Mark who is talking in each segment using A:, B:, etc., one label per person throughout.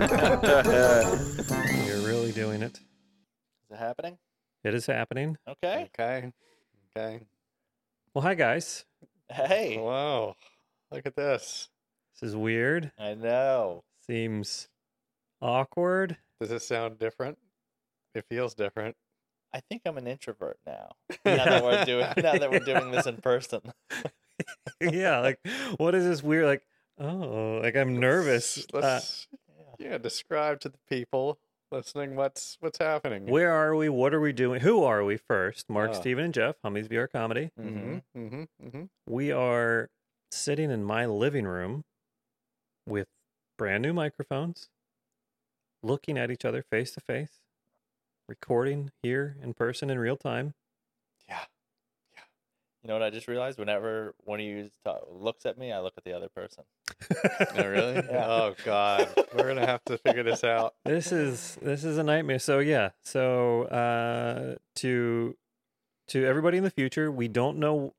A: Is
B: You're really doing it.
A: it happening?
B: It is happening.
A: Okay.
C: Okay. Okay.
B: Well, hi guys.
A: Hey.
C: Wow. Look at this.
B: This is weird.
A: I know.
B: Seems awkward.
C: Does this sound different? It feels different.
A: I think I'm an introvert now. Now that we're doing now that we're doing this in person.
B: yeah, like what is this weird? Like, oh, like I'm nervous.
C: Let's,
B: Uh,
A: Yeah.
C: yeah, describe to the people listening what's what's happening.
B: Uh, where are we? What are we doing? Who are we first? Mark,
C: Ah.
B: Steven, and Jeff, Hummies VR Comedy.
C: Mm-hmm. Mm-hmm. Mm-hmm.
B: We are sitting in my living room with brand new microphones, looking at each other face to face, recording here in person in real time.
C: Yeah.
A: You know what I just realized? Whenever one of you ta looks at me, I look at the other person.
C: really?
A: Yeah.
C: Oh God. We're gonna have to figure this out.
B: this is this is a nightmare so yeah so uh to to everybody in the future we don't know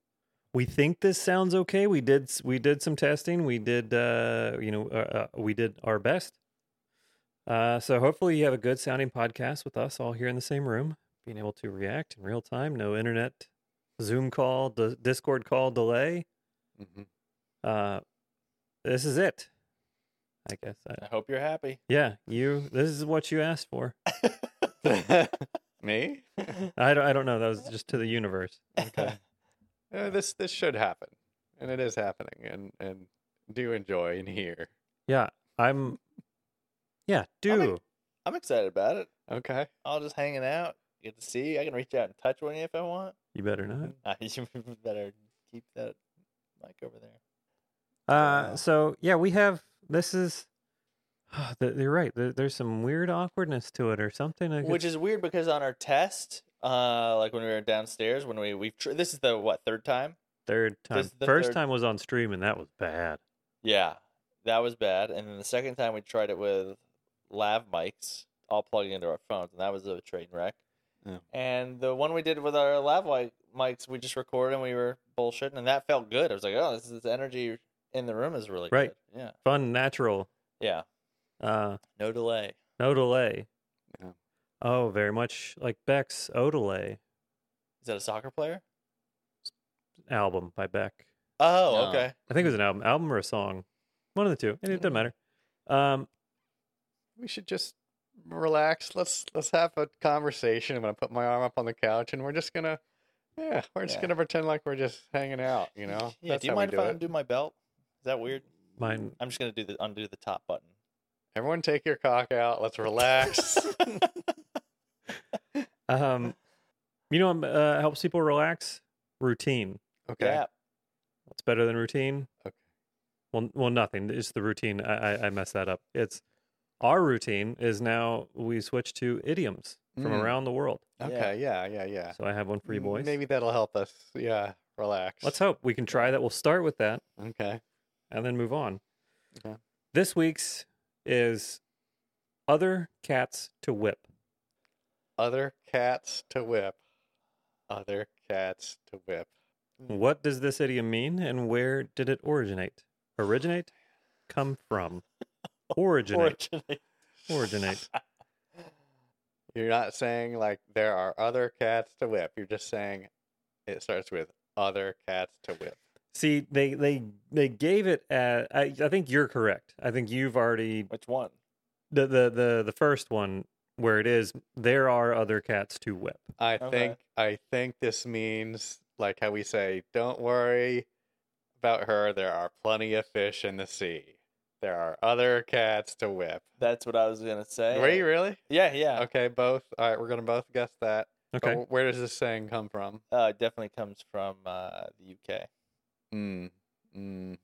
B: we think this sounds okay we did s- we did some testing we did uh you know uh, uh, we did our best uh so hopefully you have a good sounding podcast with us all here in the same room being able to react in real time no internet zoom call the discord call delay
C: Mhm.
B: uh this is it i guess
A: I
B: I,
A: hope you're happy.
B: yeah you this is what you asked for
C: Me?
B: I don't, I don't know. That was just to the universe.
C: Okay. Uh, this this should happen, and it is happening, and and do enjoy and hear.
B: I'm, yeah, do.
A: I'm excited about it.
C: Okay.
A: All just hanging out. Get to see. you. I can reach out and touch one of you if I want.
B: You better not.
A: Uh, you better keep that mic over there.
B: Uh,
C: Wow.
B: so yeah, we have, this is, th- you're right. There, there's some weird awkwardness to it or something. I
A: Which
B: guess.
A: is weird because on our test, uh, like when we were downstairs, when we we've tr- this is the what third time?
B: third
A: this
B: time.
A: is the
B: First
A: third-
B: time was on stream and that was bad.
A: Yeah, that was bad. And then the second time we tried it with lav mics, all plugging into our phones, and that was a train wreck.
C: Yeah.
A: And the one we did with our lav mic- mics, we just recorded and we were bullshitting, and that felt good. I was like, oh, this is energy in the room is really
B: Right.
A: good. Yeah,
B: Fun, natural,
A: yeah,
B: uh,
A: no delay.
B: no delay.
C: Yeah.
B: Oh, very much like Beck's Odelay
A: Is that a soccer player?
B: album by Beck.
A: Oh,
C: No.
A: okay.
B: I think it was an album, album or a song. One of the two. It, it doesn't matter. Um,
C: We should just relax. Let's let's have a conversation. I'm gonna put my arm up on the couch, and we're just gonna. Yeah, we're just
A: Yeah.
C: gonna pretend like we're just hanging out, you know.
A: Yeah.
C: That's
A: do you
C: how
A: mind
C: we
A: if
C: do
A: I
C: it.
A: undo my belt? Is that weird?
B: mine,
A: I'm just gonna do the undo the top button.
C: Everyone, take your cock out. Let's relax.
B: Um, you know, um, uh, helps people relax. Routine.
C: okay.
A: yeah.
B: What's better than routine?
C: Okay.
B: Well, well, nothing. It's the routine. I, I, I messed that up. It's our routine is now we switch to idioms from
C: Mm.
B: around the world.
C: Okay. Yeah. Yeah. Yeah.
B: So I have one for you
C: M-
B: boys.
C: Maybe that'll help us. Yeah. Relax.
B: Let's hope we can try that. We'll start with that
C: Okay.
B: and then move on.
C: Okay.
B: This week's is other cats to whip.
C: Other cats to whip. Other cats to whip.
B: What does this idiom mean, and where did it originate? Originate, come from. Originate.
A: Fortunately.
B: Originate.
C: You're not saying like there are other cats to whip. You're just saying it starts with other cats to whip.
B: See, they they they gave it. At, I I think you're correct. I think you've already
A: Which one?
B: the the the the first one where it is. There are other cats to whip.
C: I
A: Okay.
C: think I think this means like how we say, "Don't worry about her. There are plenty of fish in the sea. There are other cats to whip."
A: That's what I was gonna say.
C: Were you really?
A: Yeah, yeah.
C: Okay, both. All right, we're gonna both guess that. But
B: Okay,
C: wh- where does this saying come from?
A: Uh, it definitely comes from uh, the UK.
C: Mm, mm.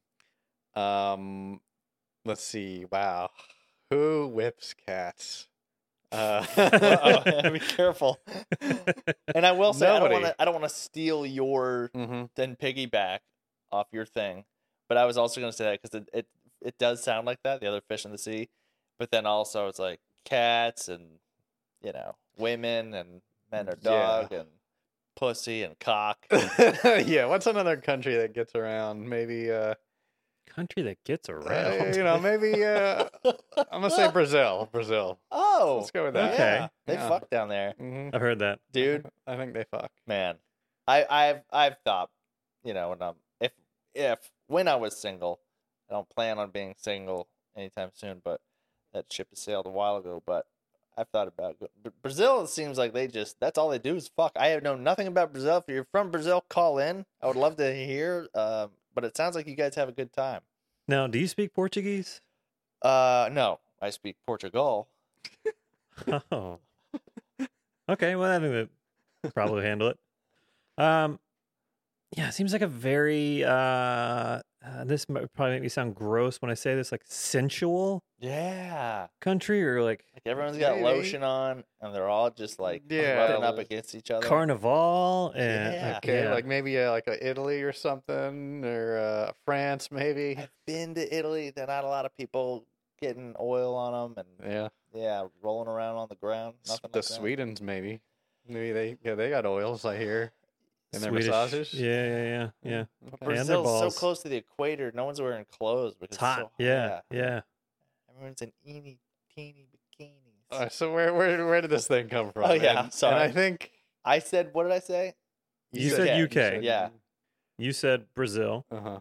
C: Um, let's see. Wow, who whips cats? Uh,
A: Uh-oh, Be careful.
C: Oh.
A: And I will say I don't
C: Nobody.
A: want to. I don't want to steal your
C: Mhm.
A: then piggyback off your thing, but I was also gonna say that because it, it it does sound like that. The other fish in the sea, but then also it's like cats and you know women and men are
C: Yeah.
A: dog and pussy and cock.
C: yeah, what's another country that gets around? Maybe uh,
B: country that gets around.
C: Uh, you know, maybe uh, I'm gonna say Brazil. Brazil.
A: Oh,
C: Let's go with that.
B: Okay.
A: yeah, They
C: Yeah.
A: fuck down there,
C: Mhm.
B: I've heard that.
A: dude.
C: I think they fuck.
A: Man, I, I've I've thought, you know, when I'm if if when I was single, I don't plan on being single anytime soon, but that ship has sailed a while ago. But I've thought about go- Bra- Brazil. It seems like they just that's all they do is fuck. I have known nothing about Brazil. If you're from Brazil, call in. I would love to hear. Um, but it sounds like you guys have a good time.
B: Now, do you speak Portuguese?
A: Uh, no, I speak Portugal.
B: Oh. okay, well, I think that probably handle it. Um, yeah, it seems like a very uh, uh this might probably make me sound gross when I say this, like sensual
A: Yeah,
B: country or like
A: like everyone's got
C: Maybe.
A: lotion on, and they're all just like
C: Yeah.
A: rubbing up against each other.
B: carnival and
A: Yeah.
B: like,
C: Okay,
B: yeah.
C: like maybe uh, like uh, Italy or something, or uh, France, maybe.
A: I've been to Italy. There are not a lot of people getting oil on them and
C: Yeah,
A: yeah, rolling around on the ground.
C: S-
A: Nothing
C: the
A: like that.
C: Sweden's maybe. Maybe they yeah they got oils I hear, and their
B: Swedish-
C: massages.
B: Yeah, yeah, yeah, yeah.
C: Okay.
B: their
A: Brazil's so
B: balls.
A: close to the equator. No one's wearing clothes because
B: It's hot.
A: so-
B: yeah, yeah.
A: Everyone's in eeny teeny bikinis.
C: Uh, so where where where did this thing come from?
A: Oh, yeah,
C: and,
A: sorry.
C: And I think
A: I said, what did I say?
B: You
A: said
B: UK.
A: Yeah.
B: You said Brazil,
C: Uh huh.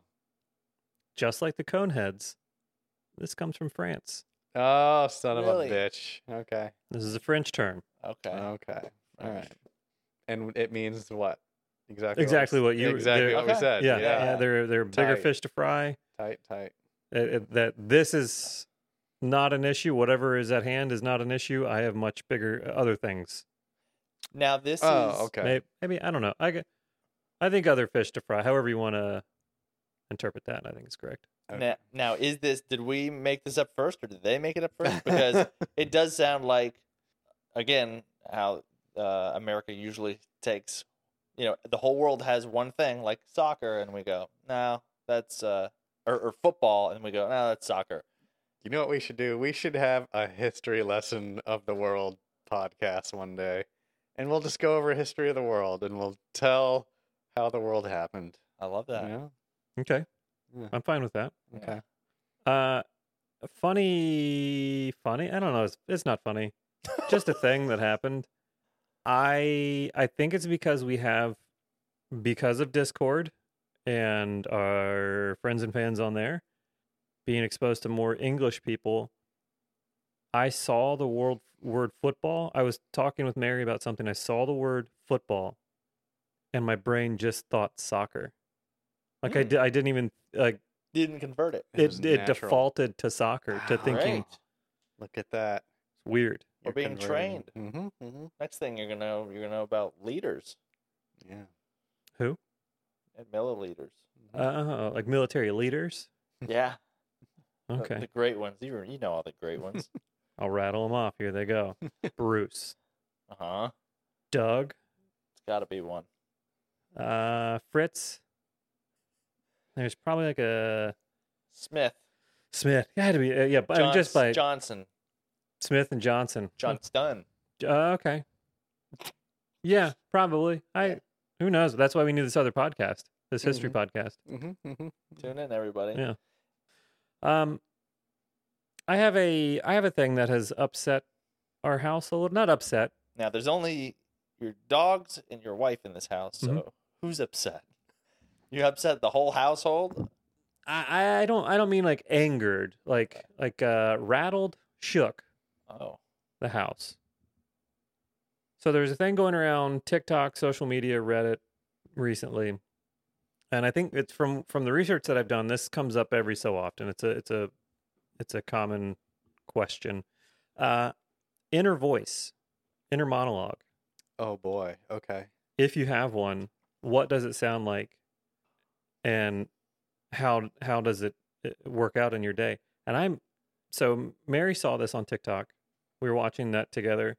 B: just like the Coneheads. This comes from France.
C: Oh, son
A: Really?
C: of a bitch. Okay.
B: This is a French term.
A: Okay.
C: Okay. All right. And it means what? Exactly.
B: Exactly what you-
C: exactly
B: they're-
C: what we
A: Okay.
C: said.
B: Yeah,
A: Yeah.
B: yeah. They're they're bigger
C: Tight.
B: fish to fry.
C: Tight, tight.
B: uh, uh, that this is not an issue. Whatever is at hand is not an issue. I have much bigger uh, other things.
A: Now this is
C: Oh, okay.
B: May- Maybe, I don't know. I, gu- I think other fish to fry. However you want to interpret that, I think is correct.
A: Now, now, is this? Did we make this up first, or did they make it up first? Because it does sound like, again, how uh, America usually takes, you know, the whole world has one thing like soccer, and we go, no, that's uh, or, or football, and we go, no, that's soccer.
C: you know what we should do? We should have a history lesson of the world podcast one day, and we'll just go over history of the world, and we'll tell how the world happened.
A: I love that.
C: Yeah.
B: Okay,
C: Yeah.
B: I'm fine with that.
A: Yeah.
C: Okay.
B: Uh, funny, funny. I don't know. It's, it's not funny. Just a thing that happened. I I think it's because we have because of Discord and our friends and fans on there being exposed to more English people. I saw the word word football. I was talking with Mary about something. I saw the word football, and my brain just thought soccer. Like I
A: Hmm.
B: did, I didn't even like
A: Didn't convert it.
C: was
B: it, it
C: natural. Ah,
B: defaulted to soccer to
C: Wow.
B: thinking
A: Great.
C: Look at that.
B: it's weird
A: We're being
C: hmm hmm
A: Next thing you're gonna know, you're gonna know about liters
C: Yeah.
B: who
A: and milliliters.
C: Mhm.
B: uh like military leaders
A: Yeah. the-
B: okay
A: The great ones. You you know all the great ones.
B: i'll rattle them off here they go bruce
A: uh huh.
B: doug
A: It's got to be one.
B: uh fritz there's probably like a
A: Smith.
B: smith yeah had to be uh, yeah but I mean,
A: Johns-
B: just by
A: Johnson.
B: smith and johnson
A: John Dunn.
B: Uh, okay yeah probably i who knows that's why we need this other podcast this history podcast
C: Mhm,
B: Mm-hmm,
C: mhm.
A: Tune in, everybody.
B: Yeah. Um, I have a I have a thing that has upset our house a little. Not upset.
A: Now, there's only your dogs and your wife in this house, so
B: Mhm.
A: who's upset? You upset the whole household?
B: I, I I don't I don't mean like angered. Like like uh, rattled, shook
A: Oh,
B: the house. So there's a thing going around TikTok, social media, Reddit recently, and I think it's from from the research that I've done. This comes up every so often. It's a it's a it's a common question. Uh, inner voice, inner monologue.
C: Oh boy. Okay.
B: if you have one, what does it sound like, and how how does it uh, work out in your day? And I'm so Mary saw this on TikTok. We were watching that together,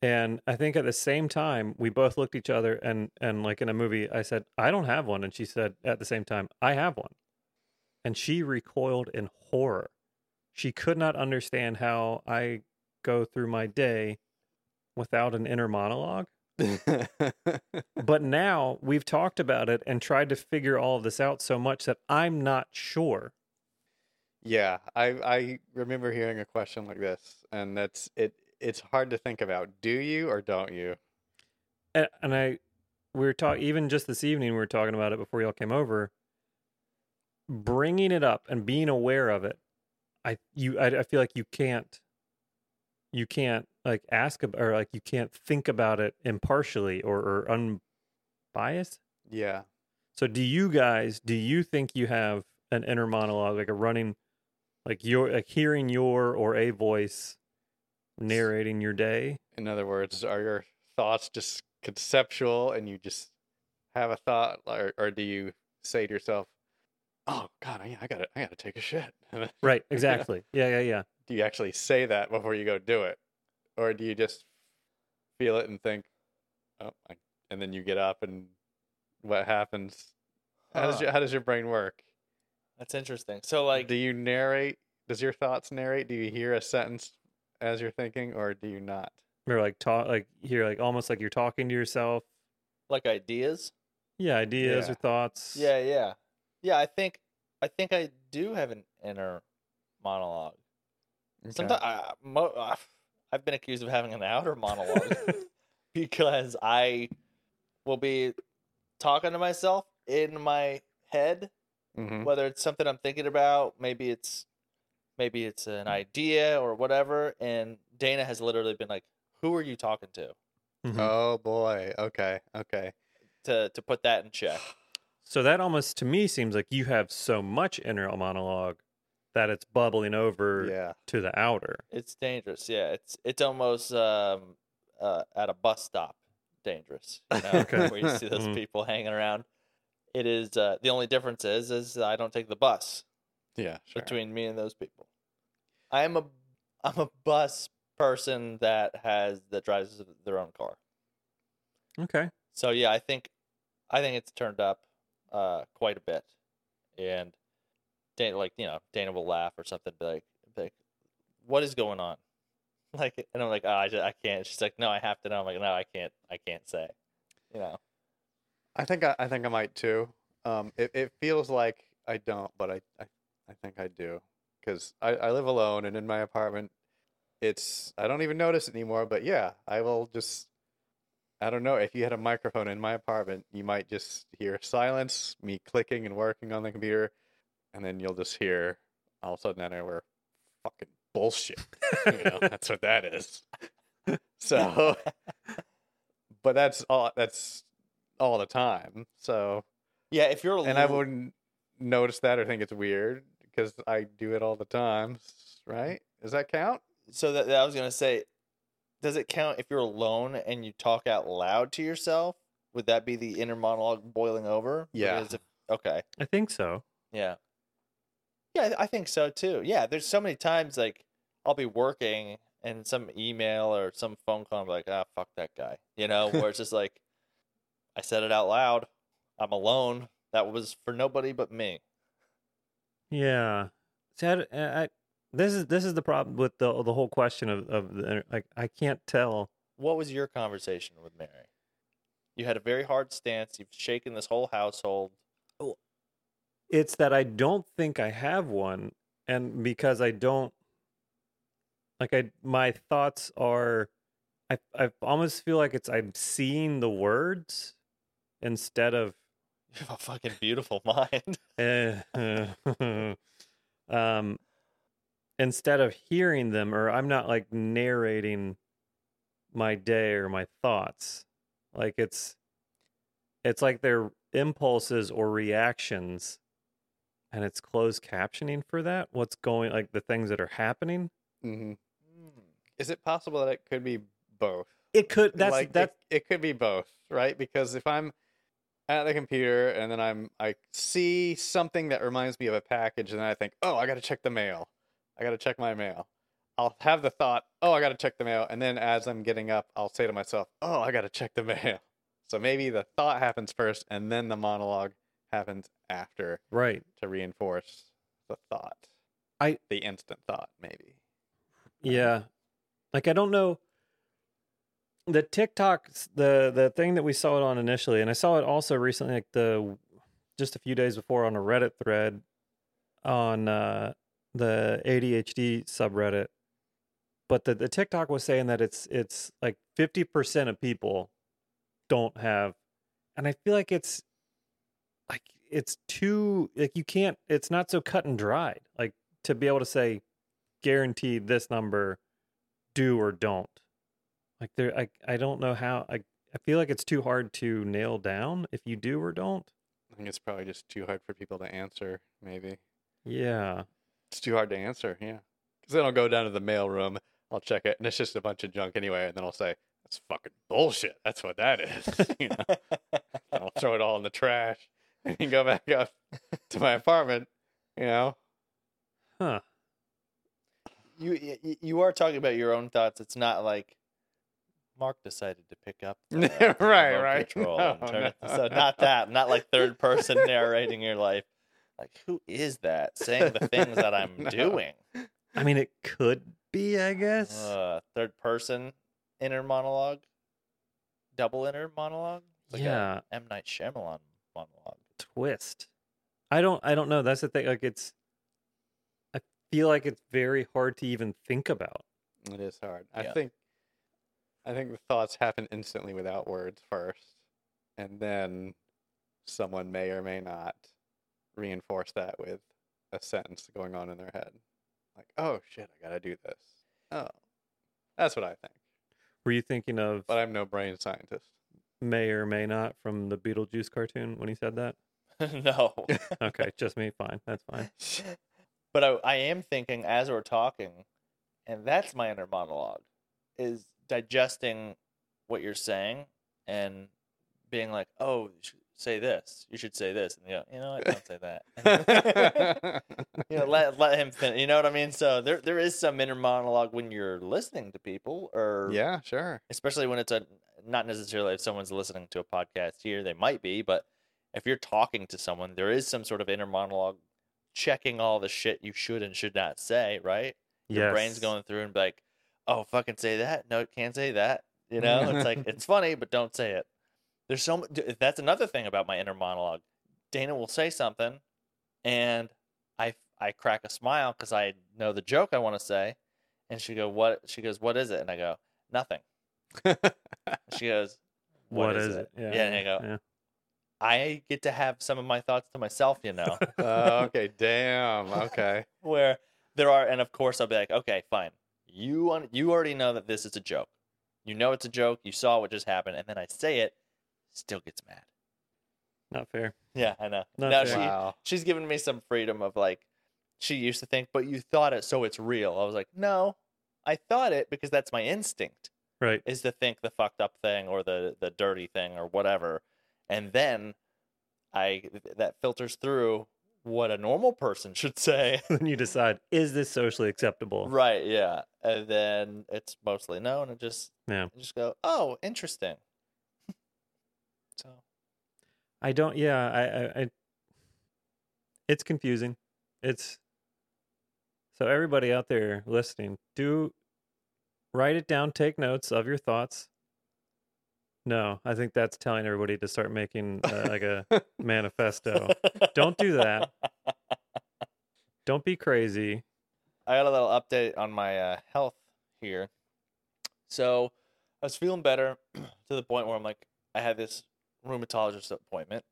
B: and I think at the same time we both looked at each other and and like in a movie, I said I don't have one, and she said at the same time I have one, and she recoiled in horror. She could not understand how I go through my day without an inner monologue but now we've talked about it and tried to figure all of this out so much that I'm not sure.
C: yeah, I I remember hearing a question like this, and that's it. It's hard to think about. Do you or don't you?
B: And, and I, we were talking even just this evening. We were talking about it before y'all came over. Bringing it up and being aware of it, I you I, I feel like you can't, you can't like ask ab- or like you can't think about it impartially or, or unbiased.
C: Yeah.
B: So do you guys do you think you have an inner monologue like a running like your like hearing your or a voice narrating your day?
C: In other words, are your thoughts just conceptual, and you just have a thought, or or do you say to yourself, "Oh God, I, I gotta I gotta take a shit."
B: Right, exactly. yeah, yeah, yeah.
C: do you actually say that before you go do it, or do you just feel it and think, "Oh," I, and then you get up and what happens? How does
A: Huh,
C: your, how does your brain work?
A: That's interesting. So like
C: do you narrate does your thoughts narrate do you hear a sentence as you're thinking or do you not
B: Or like talk like you're like almost like you're talking to yourself.
A: like ideas.
B: Yeah, ideas
C: Yeah.
B: or thoughts.
A: Yeah, yeah, yeah. I think I think I do have an inner monologue. Sometimes I, mo- I- I've been accused of having an outer monologue because I will be talking to myself in my head,
C: Mhm.
A: whether it's something I'm thinking about, maybe it's maybe it's an idea or whatever. And Dana has literally been like, "Who are you talking to?"
B: Mhm.
C: oh boy okay okay
A: To to put that in check.
B: So that almost to me seems like you have so much inner monologue that it's bubbling over
C: yeah
B: to the outer.
A: It's dangerous. Yeah, it's it's almost um, uh, at a bus stop dangerous. You know,
B: Okay.
A: where you see those
B: Mhm.
A: people hanging around. It is uh, the only difference is is I don't take the bus
C: yeah sure.
A: between me and those people. I am a I'm a bus person that has that drives their own car.
B: Okay.
A: So yeah, I think I think it's turned up uh, quite a bit, and Dana, like you know, Dana will laugh or something, be like, be like, "What is going on?" Like, and I'm like, "Oh, I just, I can't." She's like, "No, I have to know." I'm like, "No, I can't. I can't say." You know,
C: i think I, I think i might too um it, it feels like i don't but i i, I think i do because I, I live alone and in my apartment it's i don't even notice it anymore but yeah i will just i don't know if you had a microphone in my apartment you might just hear silence me clicking and working on the computer and then you'll just hear all of a sudden out of nowhere fucking bullshit you know that's what that is so but that's all that's all the time so
A: yeah. If you're a
C: and i
A: lo-
C: wouldn't notice that or think it's weird because i do it all the time s- right does that count
A: so that, that I was gonna say, does it count if you're alone and you talk out loud to yourself? Would that be the inner monologue boiling over?
C: Yeah.
A: Because if- okay.
B: I think so.
A: Yeah. Yeah, I th- I think so too. Yeah, there's so many times like I'll be working and some email or some phone call, I'm like, ah, fuck that guy. You know, where it's just like, I said it out loud. I'm alone. That was for nobody but me.
B: Yeah. See, I, I- I- this is this is the problem with the the whole question of of the, inter- like I can't tell.
A: What was your conversation with Mary? You had a very hard stance. You've shaken this whole household.
B: It's that I don't think I have one, and because I don't like I my thoughts are, I I almost feel like it's I'm seeing the words instead of
A: You have a fucking beautiful mind.
B: Eh, um, instead of hearing them, or I'm not like narrating my day or my thoughts. Like it's, it's like their impulses or reactions, and it's closed captioning for that. What's going like the things that are happening?
C: hmm is it possible that it could be both
B: It could. That's
C: like
B: that's
C: it, it could be both right because if i'm at the computer and then i'm i see something that reminds me of a package and then i think oh i gotta check the mail i gotta check my mail i'll have the thought oh i gotta check the mail and then as i'm getting up i'll say to myself oh i gotta check the mail so maybe the thought happens first and then the monologue happens after
B: right.
C: to reinforce the thought
B: I-
C: the instant thought maybe
B: Yeah. Like I don't know the TikTok the the thing that we saw it on initially, and I saw it also recently, like the just a few days before on a Reddit thread on uh, the ADHD subreddit. But the, the TikTok was saying that it's it's like fifty percent of people don't have, and I feel like it's like it's too like you can't. It's not so cut and dried. Like to be able to say, guarantee this number, do or don't. Like there, I I don't know how. I I feel like it's too hard to nail down if you do or don't.
C: I think it's probably just too hard for people to answer. Maybe
B: Yeah.
C: it's too hard to answer. Yeah, because then I'll go down to the mail room. I'll check it, and it's just a bunch of junk anyway. And then I'll say, "That's fucking bullshit. That's what that is." you know? and I'll throw it all in the trash and go back up to my apartment. You know,
B: Huh.
A: you y- y- you are talking about your own thoughts. It's not like Mark decided to pick up the
C: Right,
A: remote
C: right.
A: control
C: No,
A: and turn it-
C: no,
A: so
C: no.
A: not that, not like third person narrating your life. Like who is that saying the things that I'm
C: No.
A: doing?
B: I mean, it could be, I guess.
A: Uh, third person inner monologue, double inner monologue. It's like a
B: yeah,
A: M Night Shyamalan monologue.
B: twist. I don't. I don't know. That's the thing. Like, it's. I feel like it's very hard to even think about.
C: it is hard.
A: Yeah.
C: I think, I think the thoughts happen instantly without words first, and then someone may or may not reinforce that with a sentence going on in their head, like, "Oh shit, I gotta do this." Oh, that's what I think.
B: Were you thinking of
C: But I'm no brain scientist.
B: may or may not from the Beetlejuice cartoon when he said that?
A: no.
B: Okay, just me. Fine, that's fine.
A: but I, I am thinking as we're talking, and that's my inner monologue, is digesting what you're saying and being like, oh, you should say this. You should say this. And you go, you know what? Don't say that. you know, let, let him finish. You know what I mean? So there, there is some inner monologue when you're listening to people or
C: yeah, sure.
A: especially when it's a not necessarily if someone's listening to a podcast here they might be but if you're talking to someone there is some sort of inner monologue checking all the shit you should and should not say right your brain's
B: Yes.
A: going through and be like oh fucking say that no can't say that you know it's like it's funny but don't say it there's so mu- d- that's another thing about my inner monologue dana will say something and i i crack a smile because i know the joke i want to say and she go what she goes what is it and i go nothing she goes,
B: What is it?
A: Yeah. and I go, I get to have some of my thoughts to myself, you know,
C: Uh, okay, damn. Okay.
A: where there are, and of course I'll be like, okay, fine. You un- you already know that this is a joke. You know it's a joke. You saw what just happened, and then I say it, still gets mad.
B: Not fair.
A: Yeah, I know.
B: Not
A: now
B: fair.
A: she
C: Wow.
A: she's given me some freedom of like, she used to think, but you thought it, so it's real. I was like, no, I thought it because that's my instinct.
B: Right.
A: is to think the fucked up thing or the the dirty thing or whatever and then i that filters through what a normal person should say
B: then you decide: is this socially acceptable?
A: right yeah and then it's mostly no and it just
B: Yeah.
A: I just go oh interesting so
B: I don't. Yeah, I, I, I. It's confusing. It's so everybody out there listening, do write it down, take notes of your thoughts. No, I think that's telling everybody to start making uh, like a manifesto. Don't do that. Don't be crazy.
A: I got a little update on my uh, health here. So I was feeling better to the point where I'm like, I had this rheumatologist appointment.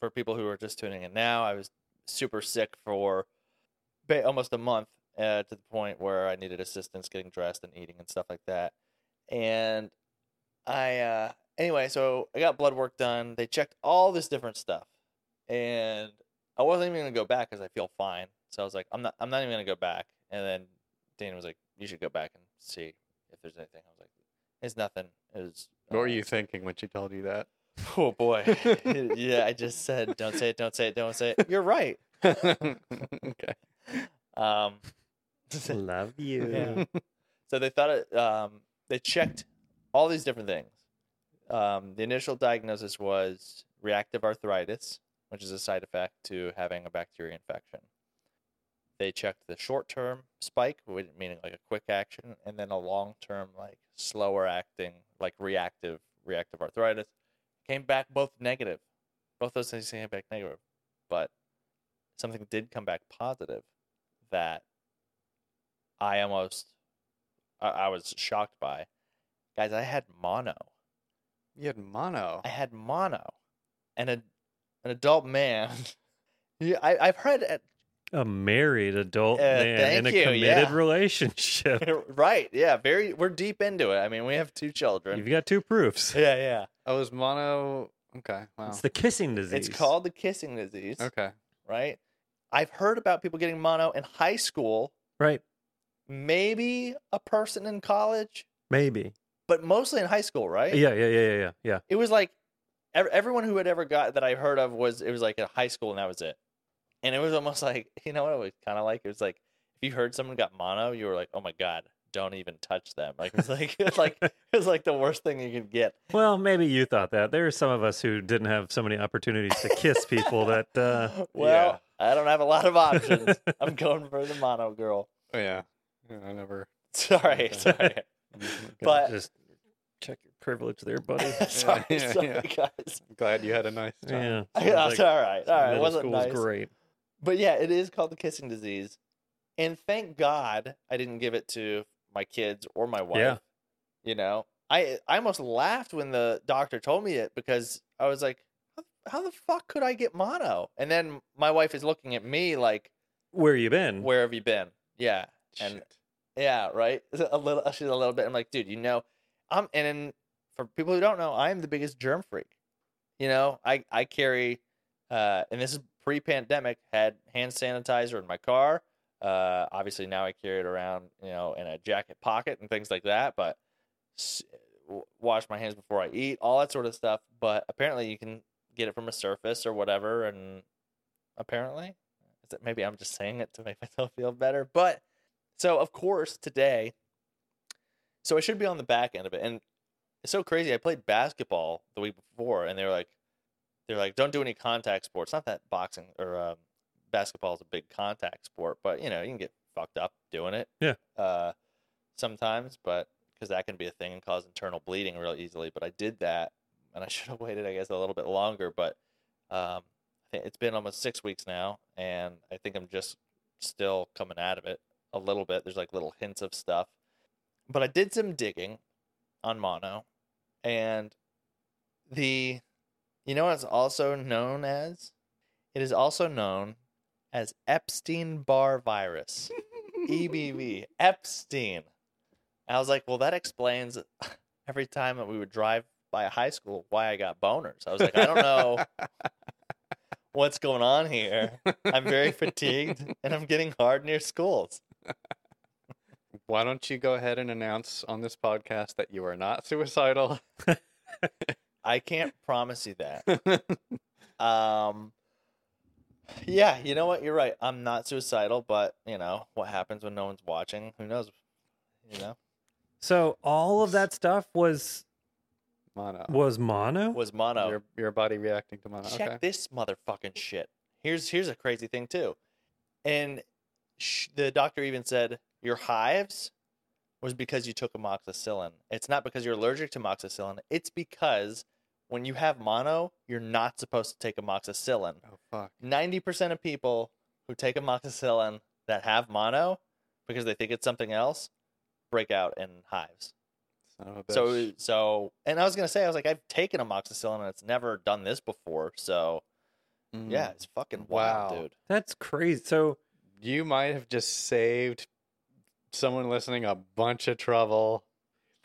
A: For people who are just tuning in now, I was super sick for ba- almost a month uh, to the point where I needed assistance getting dressed and eating and stuff like that. And I, uh, anyway, so I got blood work done. They checked all this different stuff. And I wasn't even gonna go back because I feel fine. So I was like, I'm not, I'm not even gonna go back. And then Dana was like, you should go back and see if there's anything. I was like, it's nothing. It was.
C: What were
A: uh,
C: you thinking when she told you that?
A: Oh boy. yeah, I just said, don't say it, don't say it, don't say it. You're right.
C: okay.
A: Um,
B: Love you.
A: Yeah. So they thought it. Um, they checked all these different things. Um, the initial diagnosis was reactive arthritis, which is a side effect to having a bacteria infection. They checked the short term spike, wi- meaning like a quick action, and then a long term, like slower acting, like reactive, reactive arthritis. Came back both negative. Both those things came back negative. But something did come back positive that I almost, I, I was shocked by. Guys, I had mono.
C: You had mono.
A: I had mono, and a, an adult man. Yeah, I, I've heard it-
B: A married adult
A: Uh,
B: man in a
A: thank you,
B: committed
A: yeah.
B: relationship.
A: right. Yeah, very. We're deep into it. I mean, we have two children.
B: You've got two proofs.
A: Yeah, yeah.
C: I Oh, was mono. Okay. Wow.
B: It's the kissing
A: It's
B: disease.
A: called the kissing disease,
C: okay.
A: right? I've heard about people getting mono in high school,
B: right.
A: maybe a person in college,
B: Maybe.
A: but mostly in high school, right?
B: Yeah, yeah, yeah, yeah, yeah, yeah.
A: It was like ev- everyone who had ever got that I heard of was it was like in high school and that was it. And it was almost like you know what it was kind of like it was like if you heard someone got mono, you were like, oh my god, don't even touch them. Like it's like it's like it's like the worst thing you could get.
B: Well, maybe you thought that. There are some of us who didn't have so many opportunities to kiss people that uh
A: well, I don't have a lot of options. I'm going for the mono girl.
C: Oh, yeah. Yeah, I never.
A: Sorry,
C: Okay.
A: sorry,
C: I'm gonna-
A: But-
B: just check your privilege there, buddy.
A: sorry,
C: yeah,
A: sorry,
C: yeah.
A: guys.
C: I'm glad you had a nice time.
B: yeah.
A: Yeah, it's all right, all right. It
B: middle
A: wasn't
B: school's
A: nice.
B: great.
A: But yeah, it is called the kissing disease. And thank God I didn't give it to my kids or my wife.
B: Yeah.
A: You know, I I almost laughed when the doctor told me it because I was like, how, how the fuck could I get mono? And then my wife is looking at me like,
B: Where you been?
A: where have you been? Yeah. And
C: Shit.
A: yeah, right. A little, she's a little bit. I'm like, dude, you know, I'm and then for people who don't know, I am the biggest germ freak. You know, I I carry, uh, and this is pre-pandemic. Had hand sanitizer in my car. Uh, obviously now I carry it around, you know, in a jacket pocket and things like that. But s- w- wash my hands before I eat, all that sort of stuff. But apparently you can get it from a surface or whatever, and apparently, is it maybe I'm just saying it to make myself feel better, but. So of course today, so I should be on the back end of it, and it's so crazy. I played basketball the week before, and they were like, they're like, don't do any contact sports. Not that boxing or um, basketball is a big contact sport, but you know you can get fucked up doing it.
B: Yeah.
A: Uh, sometimes, but because that can be a thing and cause internal bleeding real easily. But I did that, and I should have waited, I guess, a little bit longer. But um, I think it's been almost six weeks now, and I think I'm just still coming out of it a little bit. There's like little hints of stuff. But I did some digging on mono and the you know what it's also known as? It is also known as Epstein Barr virus. EBV. Epstein. I was like, well, that explains every time that we would drive by a high school why I got boners. I was like, I don't know what's going on here. I'm very fatigued and I'm getting hard near schools.
C: Why don't you go ahead and announce on this podcast that you are not suicidal?
A: I can't promise you that. Um, yeah, you know what? You're right. I'm not suicidal, but you know what happens when no one's watching? Who knows? You know,
B: So all of that stuff was
C: mono.
A: Uh,
B: was mono?
A: was mono.
C: Your, your body reacting to mono.
A: Check
C: okay.
A: this motherfucking shit. Here's here's a crazy thing too, and sh- the doctor even said your hives was because you took amoxicillin. It's not because you're allergic to amoxicillin. It's because when you have mono, you're not supposed to take amoxicillin.
C: Oh fuck.
A: ninety percent of people who take amoxicillin that have mono because they think it's something else break out in hives.
C: Son of a bitch.
A: So so and I was gonna say I was like I've taken amoxicillin and it's never done this before. So
C: Mm.
A: yeah, it's fucking wild,
C: Wow.
A: dude.
B: That's crazy. So
C: You might have just saved someone listening a bunch of trouble.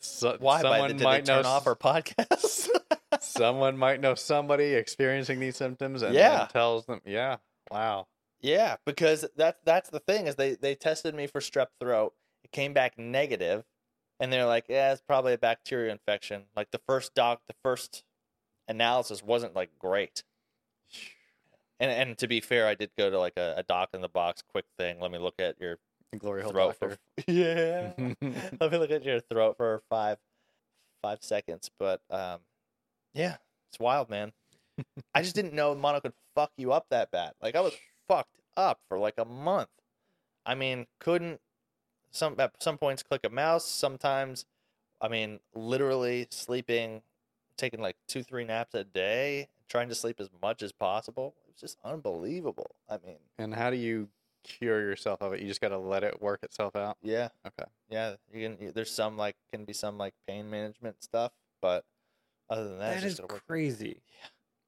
C: So,
A: Why by the,
C: someone
A: did they
C: might know
A: turn off our podcast?
C: s- someone might know somebody experiencing these symptoms and
A: Yeah.
C: then tells them, yeah, wow.
A: yeah, because that's that's the thing is they they tested me for strep throat. It came back negative, and they're like, yeah, it's probably a bacteria infection. Like the first doc, the first analysis wasn't like great. And and to be fair, I did go to like a, a doc in the box quick thing. Let me look at your
C: Glory hole
A: throat
C: doctor.
A: for yeah. Let me look at your throat for five five seconds. But um, yeah, it's wild, man. I just didn't know mono could fuck you up that bad. Like I was fucked up for like a month. I mean, couldn't some at some points click a mouse. Sometimes, I mean, literally sleeping, taking like two three naps a day, trying to sleep as much as possible. It was just unbelievable. I mean,
C: And how do you cure yourself of it? You just got to let it work itself out.
A: yeah,
C: Okay.
A: yeah. You can. You, there's some like can be some like pain management stuff, but other than that,
B: that
A: it's
B: is
A: just gotta work.
B: crazy.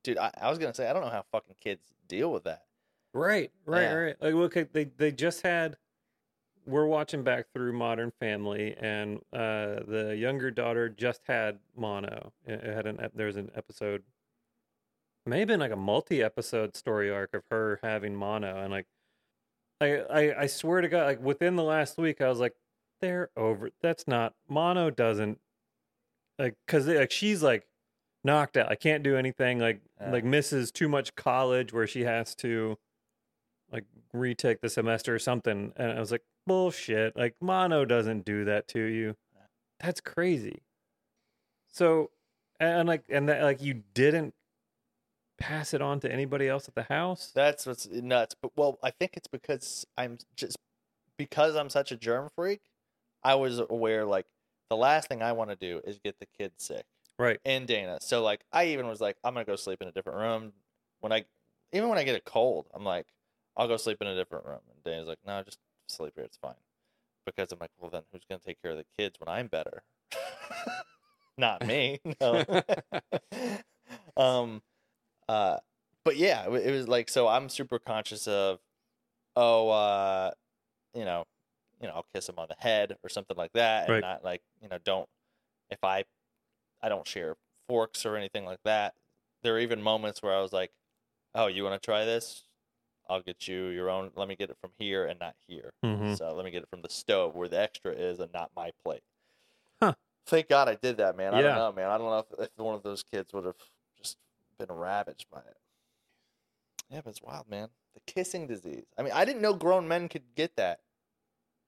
A: Dude, I, I was gonna say I don't know how fucking kids deal with that.
B: Right, right,
A: Yeah.
B: right. Like, look, at- they they just had. We're watching back through Modern Family, and uh, the younger daughter just had mono. It it had an ep- there was an episode, maybe like a multi-episode story arc of her having mono, and like, I, I I swear to God, like within the last week, I was like, they're over. That's not mono. Doesn't like because like she's like knocked out. I can't do anything. Like
A: Yeah.
B: like misses too much college where she has to like retake the semester or something. And I was like, bullshit. Like mono doesn't do that to you. That's crazy. So and, and like and that like you didn't pass it on to anybody else at the house.
A: That's what's nuts. But well, I think it's because I'm just because I'm such a germ freak. I was aware like the last thing I want to do is get the kid sick
B: Right.
A: and Dana. So like I even was like I'm gonna go sleep in a different room when I even when I get a cold. I'm like I'll go sleep in a different room. And Dana's like No, just sleep here. It's fine. Because I'm like, well, then who's gonna take care of the kids when I'm better? Not me. No. um uh but yeah it wa- it was like so i'm super conscious of oh uh you know you know i'll kiss him on the head or something like that and
B: Right.
A: not like you know don't if i i don't share forks or anything like that there were even moments where i was like oh you want to try this i'll get you your own let me get it from here and not here
B: Mhm.
A: so let me get it from the stove where the extra is and not my plate.
B: Huh.
A: Thank God I did that, man. I
B: Yeah.
A: don't know, man. I don't know if, if one of those kids would have just been ravaged by it. Yeah, but it's wild, man. The kissing disease. I mean, I didn't know grown men could get that.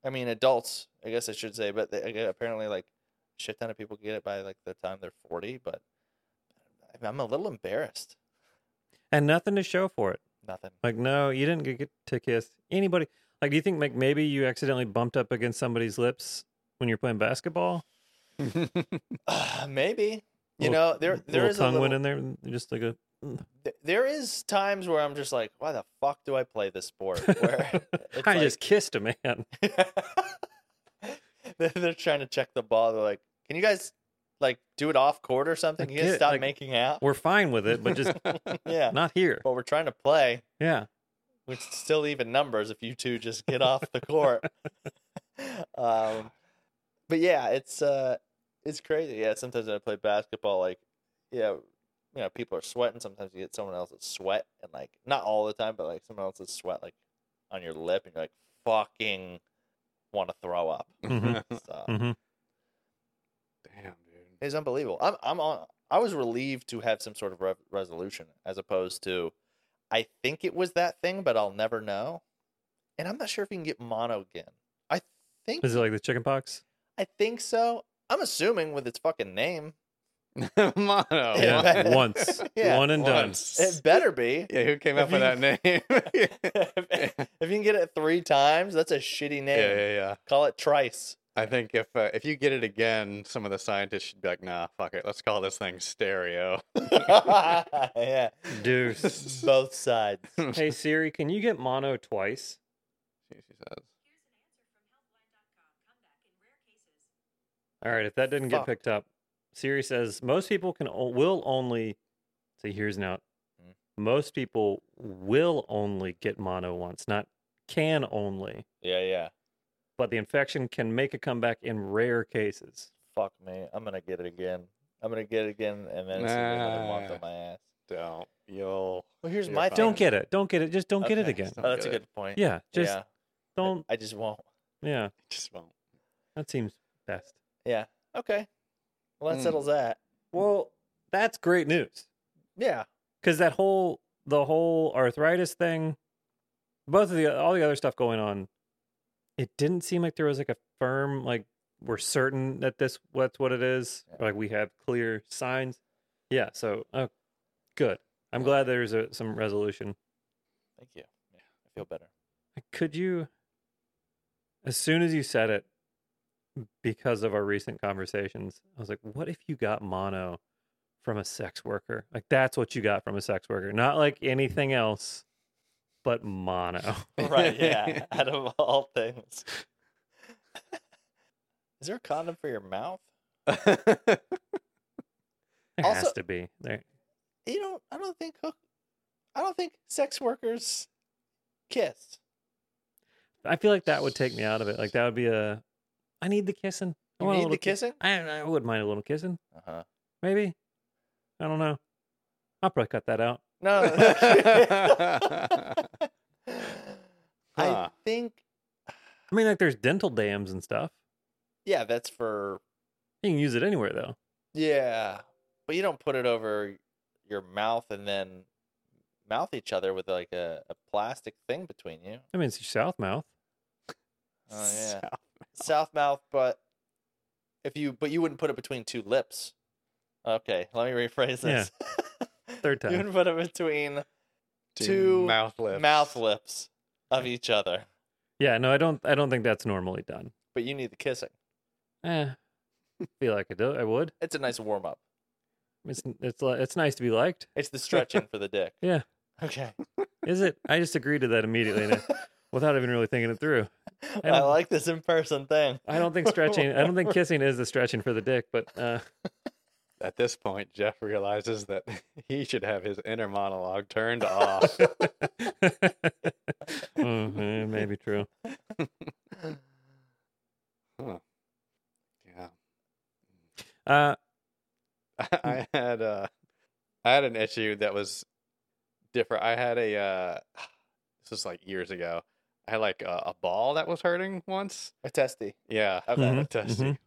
A: I mean, adults, I guess I should say, but they, again, apparently, like, shit ton of people get it by like the time they're forty. But I- I'm a little embarrassed.
B: And nothing to show for it.
A: Nothing.
B: Like, no, you didn't get to kiss anybody. Like, do you think like maybe you accidentally bumped up against somebody's lips when you're playing basketball?
A: maybe you
B: Little-
A: know there
B: little
A: there is a
B: tongue
A: little,
B: went in there, and just like a
A: th- there is times where I'm just like, why the fuck do I play this sport? Where it's
B: I
A: like-
B: just kissed a man.
A: they're, they're trying to check the ball. They're like, can you guys like do it off court or something? Can you guys
B: Again,
A: stop
B: like-
A: making out?
B: We're fine with it, but just
A: Yeah,
B: not here.
A: but we're trying to play.
B: Yeah,
A: Which still even numbers if you two just get off the court. um, but yeah, it's uh, it's crazy. Yeah, sometimes when I play basketball, like yeah, you know, people are sweating. Sometimes you get someone else's sweat, and like not all the time, but like someone else's sweat like on your lip, and you're like fucking want to throw up.
B: Mhm.
A: So
B: hmm
C: Damn, dude.
A: it's unbelievable. I'm I'm on. I was relieved to have some sort of re- resolution as opposed to, I think it was that thing, but I'll never know. And I'm not sure if you can get mono again. I think
B: is it like the chicken pox?
A: I think so. I'm assuming with its fucking name,
C: Mono.
A: Yeah.
C: Mono.
B: Yeah, once,
A: Yeah,
B: one and done.
C: Once.
A: it better be.
C: Yeah, who came up with that
A: Have
C: name? yeah,
A: if you can get it three times, that's a shitty name.
C: yeah, yeah.
A: Call it trice.
C: I think if uh, if you get it again, some of the scientists should be like, "Nah, fuck it. Let's call this thing stereo."
A: yeah,
B: Deuce.
A: both sides.
B: hey Siri, can you get mono twice?
C: She says.
D: Here's an answer from helpline.com. Comeback in rare cases.
B: All right, if that didn't
A: Fuck.
B: get picked up, Siri says most people can o- will only see. Here's now,
A: Mm.
B: most people will only get mono once, not can only.
A: Yeah, yeah.
B: But the infection can make a comeback in rare cases.
A: Fuck me. I'm gonna get it again. I'm gonna get it again, and then it's gonna be another month
C: Nah.
A: on my ass.
C: Don't. You'll.
A: Well, here's
C: You're
A: my
C: fine.
A: thing.
B: Don't get it. Don't get it. Just don't get it
A: Okay.
B: again.
C: Don't
A: Oh, that's a
C: get it.
A: good point.
B: Yeah, just
A: Yeah.
B: don't.
A: I just won't.
B: Yeah,
C: Just won't.
B: that seems best.
A: Yeah. Okay. Well, that
C: Mm.
A: settles that.
B: Well, that's great news.
A: Yeah.
B: because that whole the whole arthritis thing both of the all the other stuff going on it didn't seem like there was like a firm like we're certain that this what's what it is
A: Yeah.
B: or, like we have clear signs yeah so uh, good i'm glad there's a, some resolution
A: Thank you. Yeah, I feel better.
B: could you As soon as you said it, because of our recent conversations, I was like, what if you got mono from a sex worker? Like, that's what you got from a sex worker, not like anything else, but mono.
A: Right, yeah. Out of all things. Is there a condom for your mouth?
B: Oh, There has
A: Also-
B: to be. There.
A: You don't I don't think hook I don't think sex workers kiss.
B: I feel like that would take me out of it. Like, that would be a, I need the kissing. I
A: You
B: want
A: need
B: a little
A: the
B: kiss-
A: kissing?
B: I, I wouldn't mind a little kissing,
A: Uh-huh.
B: maybe. I don't know. I'll probably cut that out.
A: No. no, no. I
C: Huh.
A: think
B: I mean, like, there's dental dams and stuff.
A: yeah, that's for
B: You can use it anywhere, though.
A: Yeah, but you don't put it over your mouth and then mouth each other with like a, a plastic thing between you.
B: I mean, it's your south mouth.
A: Oh yeah, south mouth. But if you but you wouldn't put it between two lips. Okay, let me rephrase
B: Yeah,
A: this.
B: Third
A: you
B: time.
A: would put it between
C: Two,
A: Two
C: mouth lips.
A: mouth lips of each other,
B: Yeah, no, I don't. I don't think that's normally done.
A: but you need the kissing.
B: Eh, feel like I do. I would.
A: It's a nice warm up.
B: It's it's li- it's nice to be liked.
A: It's the stretching for the dick.
B: Yeah.
A: Okay.
B: Is it? I just agreed to that immediately and I- without even really thinking it through.
A: I,
B: don't-
A: like this in person thing.
B: I don't think stretching. I don't think kissing is the stretching for the dick, but uh,
C: At this point, Jeff realizes that he should have his inner monologue turned off.
B: mm, eh, maybe true.
C: yeah.
B: Uh,
C: I had uh I had an issue that was different. I had a uh this was like years ago. I had like a, a ball that was hurting once.
A: A testy.
C: Yeah.
A: I've
B: Mhm,
A: had
C: Testy.
B: mhm.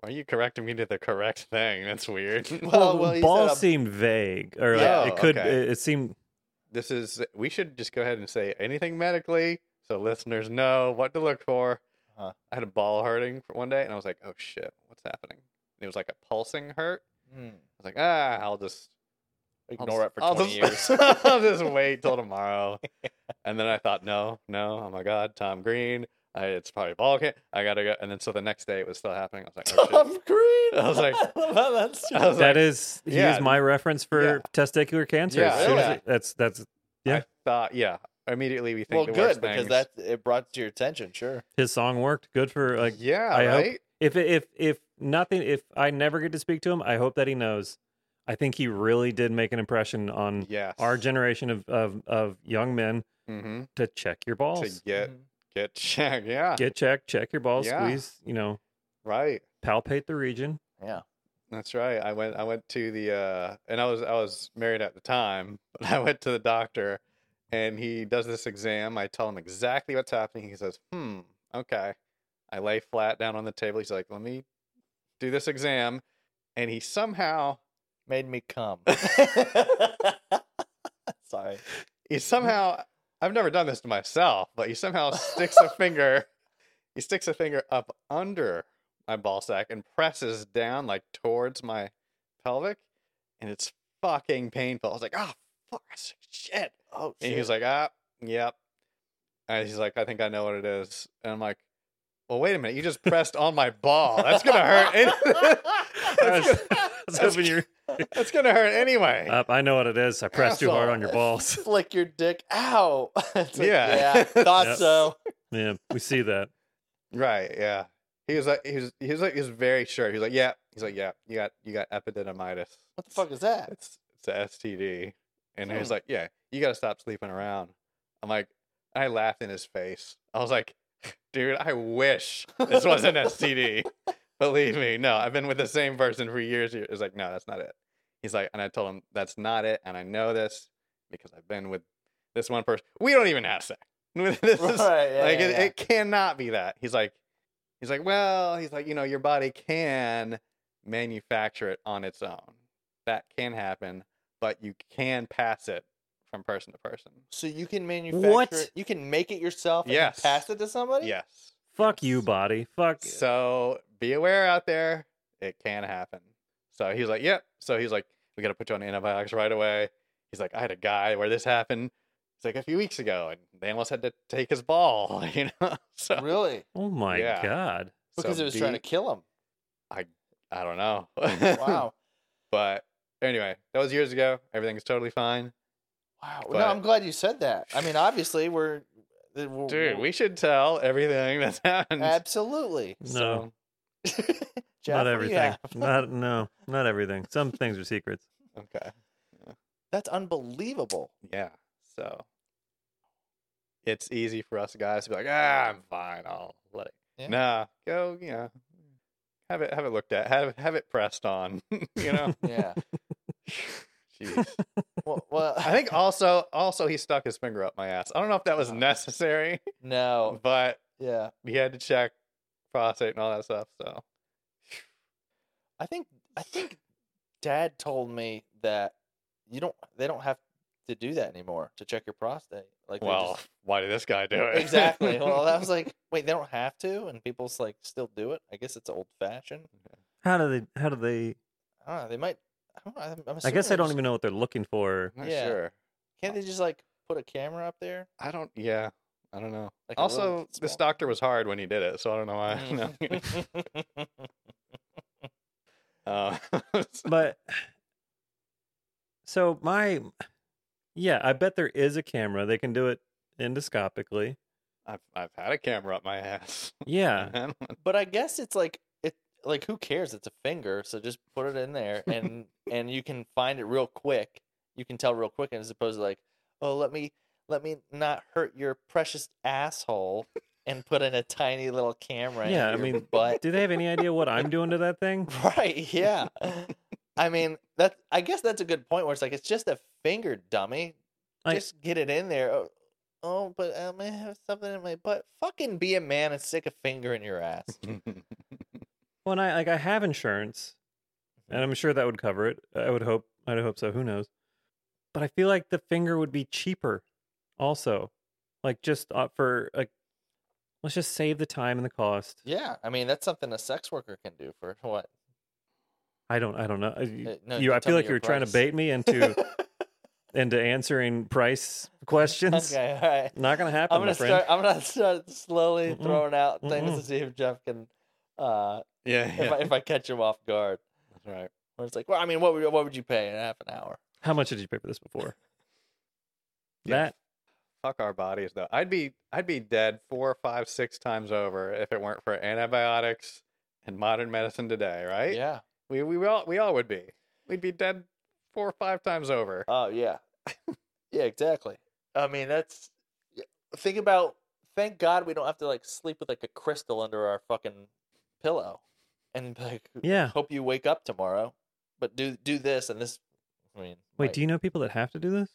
C: Why are you correcting me to the correct thing? That's weird.
A: Well, well, you said
B: ball
A: a-
B: seemed vague, or like,
A: Yeah.
B: it could.
C: Okay.
B: It, it seemed.
C: this is we should just go ahead and say anything medically so listeners know what to look for.
A: Uh-huh.
C: I had a ball hurting for one day and I was like, "Oh shit, what's happening?" And it was like a pulsing hurt.
A: Hmm.
C: I was like, "Ah, I'll just I'll
A: Ignore it
C: just-
A: for
C: I'll
A: 20
C: just-
A: years.
C: I'll just wait till tomorrow. And then I thought, no, no, oh my God, Tom Green. I, it's probably ball can I gotta go. And then so the next day it was still happening. I was like, oh, shit.
A: Tom Green.
C: I was like-
A: well, that's
C: I was
B: That
C: like,
B: is. He
C: yeah,
B: used my reference for
C: yeah.
B: testicular cancer.
C: Yeah,
B: as soon as
A: yeah.
B: it- that's that's yeah.
C: I thought, yeah. Immediately we think
A: well,
C: the
A: good
C: worst
A: because
C: things.
A: that it brought to your attention. Sure.
B: his song worked. Good for like
C: yeah,
B: I hope-
C: right.
B: if if if nothing if i never get to speak to him i hope that he knows i think he really did make an impression on
C: Yes.
B: our generation of, of of young men
C: hmm
B: to check your
C: to
B: balls
C: get
A: Mm-hmm.
C: get checked. Yeah,
B: get checked check your balls
C: Yeah.
B: squeeze you know
C: right.
B: palpate the region
A: Yeah.
C: That's right. I went. I went to the uh, and I was I was married at the time, but I went to the doctor, and he does this exam. I tell him exactly what's happening. He says, "Hmm, okay." I lay flat down on the table. He's like, "Let me do this exam," and he somehow
A: Made me come. Sorry.
C: he somehow I've never done this to myself, but he somehow sticks a finger. He sticks a finger up under my ball sack and presses down like towards my pelvic, and it's fucking painful. I was like, oh fuck, shit.
A: Oh,
C: And he was like, ah, yep. And he's like, I think I know what it is. And I'm like, well, wait a minute, you just pressed on my ball. "Oh, That's gonna hurt. Any-
B: I was- I
C: that's, gonna,
B: was hoping you're
C: that's gonna hurt anyway.
B: up i know what it is i pressed too hard
A: Asshole.
B: on your balls
A: Flick your dick. Ow. It's like,
C: Yeah.
A: yeah. Thought
B: Yep.
A: so.
B: yeah we see that
C: Right, yeah. He was like he was he was like he was very sure. He was like, Yeah. He's like, Yeah, you got you got epididymitis.
A: What the fuck is that?
C: It's it's a STD. And he was
A: Hmm.
C: like, Yeah, you gotta stop sleeping around. I'm like I laughed in his face. I was like, dude, I wish this was an STD. Believe me, no, I've been with the same person for years. He was like, no, that's not it. He's like, and I told him that's not it, and I know this because I've been with this one person. We don't even have sex.
A: Right,
C: this is
A: yeah,
C: like
A: yeah,
C: it,
A: yeah.
C: it cannot be that he's like he's like well he's like you know your body can manufacture it on its own that can happen but you can pass it from person to person
A: So you can manufacture
B: What?
A: it. You can make it yourself and
C: Yes.
A: pass it to somebody?
C: yes
B: fuck you body fuck
C: so be aware out there it can happen so he's like yep so he's like we gotta put you on antibiotics right away he's like i had a guy where this happened It's like a few weeks ago, and they almost had to take his ball, you know. So
A: Really?
B: Oh my
C: Yeah.
B: god.
A: Because
C: so
A: it was trying to
C: Deke-
A: kill him.
C: I don't know.
A: Wow.
C: But anyway, that was years ago. Everything's totally fine.
A: Wow. no,
C: But-
A: I'm glad you said that. I mean, obviously, we're, th- we're
C: Dude,
A: we're-
C: we should tell everything that's happened.
A: absolutely
B: No,
C: So,
A: Jeff, what
B: not
A: do you
B: everything.
A: have?
B: Not no, not everything. Some things are secrets.
C: okay.
A: That's unbelievable.
C: Yeah. So it's easy for us guys to be like, ah, I'm fine. I'll let it.
A: Yeah.
C: Nah, go, you know, have it, have it looked at, have it, have it pressed on, you know.
A: Yeah.
C: Jeez.
A: well, well,
C: I think also, also he stuck his finger up my ass. I don't know if that was necessary,
A: no.
C: but
A: Yeah.
C: he had to check prostate and all that stuff. So
A: I think I think Dad told me that you don't. They don't have to do that anymore to check your prostate. Like, they
C: well,
A: just-
C: why did this guy do it?
A: exactly. Well, I was like, wait, they don't have to, and people's like still do it. I guess it's old fashioned.
B: How do they? How do they?
A: I don't know. They might. I don't know. I'm, I'm
B: I
A: assuming
B: guess
A: they
B: I don't
A: just-
B: even know what they're looking for.
C: Not
A: Yeah.
C: sure.
A: Can't they just like put a camera up there?
C: I don't. Yeah, I don't know.
A: Like a little
C: also, this
A: small-
C: doctor was hard when he did it, so I don't know why. No.
A: Mm.
C: Uh,
B: But so my, yeah, I bet there is a camera. They can do it endoscopically.
C: I've I've had a camera up my ass.
B: Yeah,
A: but I guess it's like it like who cares? It's a finger, so just put it in there and and you can find it real quick. You can tell real quick as opposed to like, oh let me let me not hurt your precious asshole and put in a tiny little camera
B: Yeah, I
A: in your
B: mean,
A: butt.
B: do they have any idea what I'm doing to that thing?
A: Right, yeah. I mean that I guess that's a good point where it's like it's just a finger dummy.
B: I-
A: just get it in there. Oh, oh, but I may have something in my butt. Fucking be a man and stick a finger in your ass.
B: Well, and I like I have insurance, and I'm sure that would cover it. I would hope. I'd hope so. Who knows? But I feel like the finger would be cheaper, also, like just uh, for like, let's just save the time and the cost.
A: Yeah, I mean that's something a sex worker can do for what?
B: I don't. I don't know. You,
A: Uh, no,
B: you-
A: don't
B: I
A: tell
B: feel
A: me your
B: like you were trying to
A: price.
B: bait me into into answering price questions.
A: okay, all right.
B: Not gonna happen,
A: I'm
B: my
A: gonna
B: friend.
A: start. I'm gonna start slowly
B: Mm-mm.
A: throwing out things
B: Mm-mm.
A: to see if Jeff can, uh,
C: yeah,
A: if, I,
C: yeah.
A: if I catch him off guard.
C: That's right.
A: Where it's like, well, I mean, what would what would you pay in half an hour?
B: How much did you pay for this before?
C: Yeah.
B: That
C: Fuck our bodies though. I'd be I'd be dead four, five, six times over if it weren't for antibiotics and modern medicine today, right?
A: Yeah.
C: We we all we all would be. We'd be dead four or five times over.
A: Oh yeah. yeah, exactly. I mean, that's y- think about. Thank God we don't have to like sleep with like a crystal under our fucking pillow, and like
B: yeah.
A: hope you wake up tomorrow. But do do this and this. I mean,
B: Wait,
A: might-
B: do you know people that have to do this?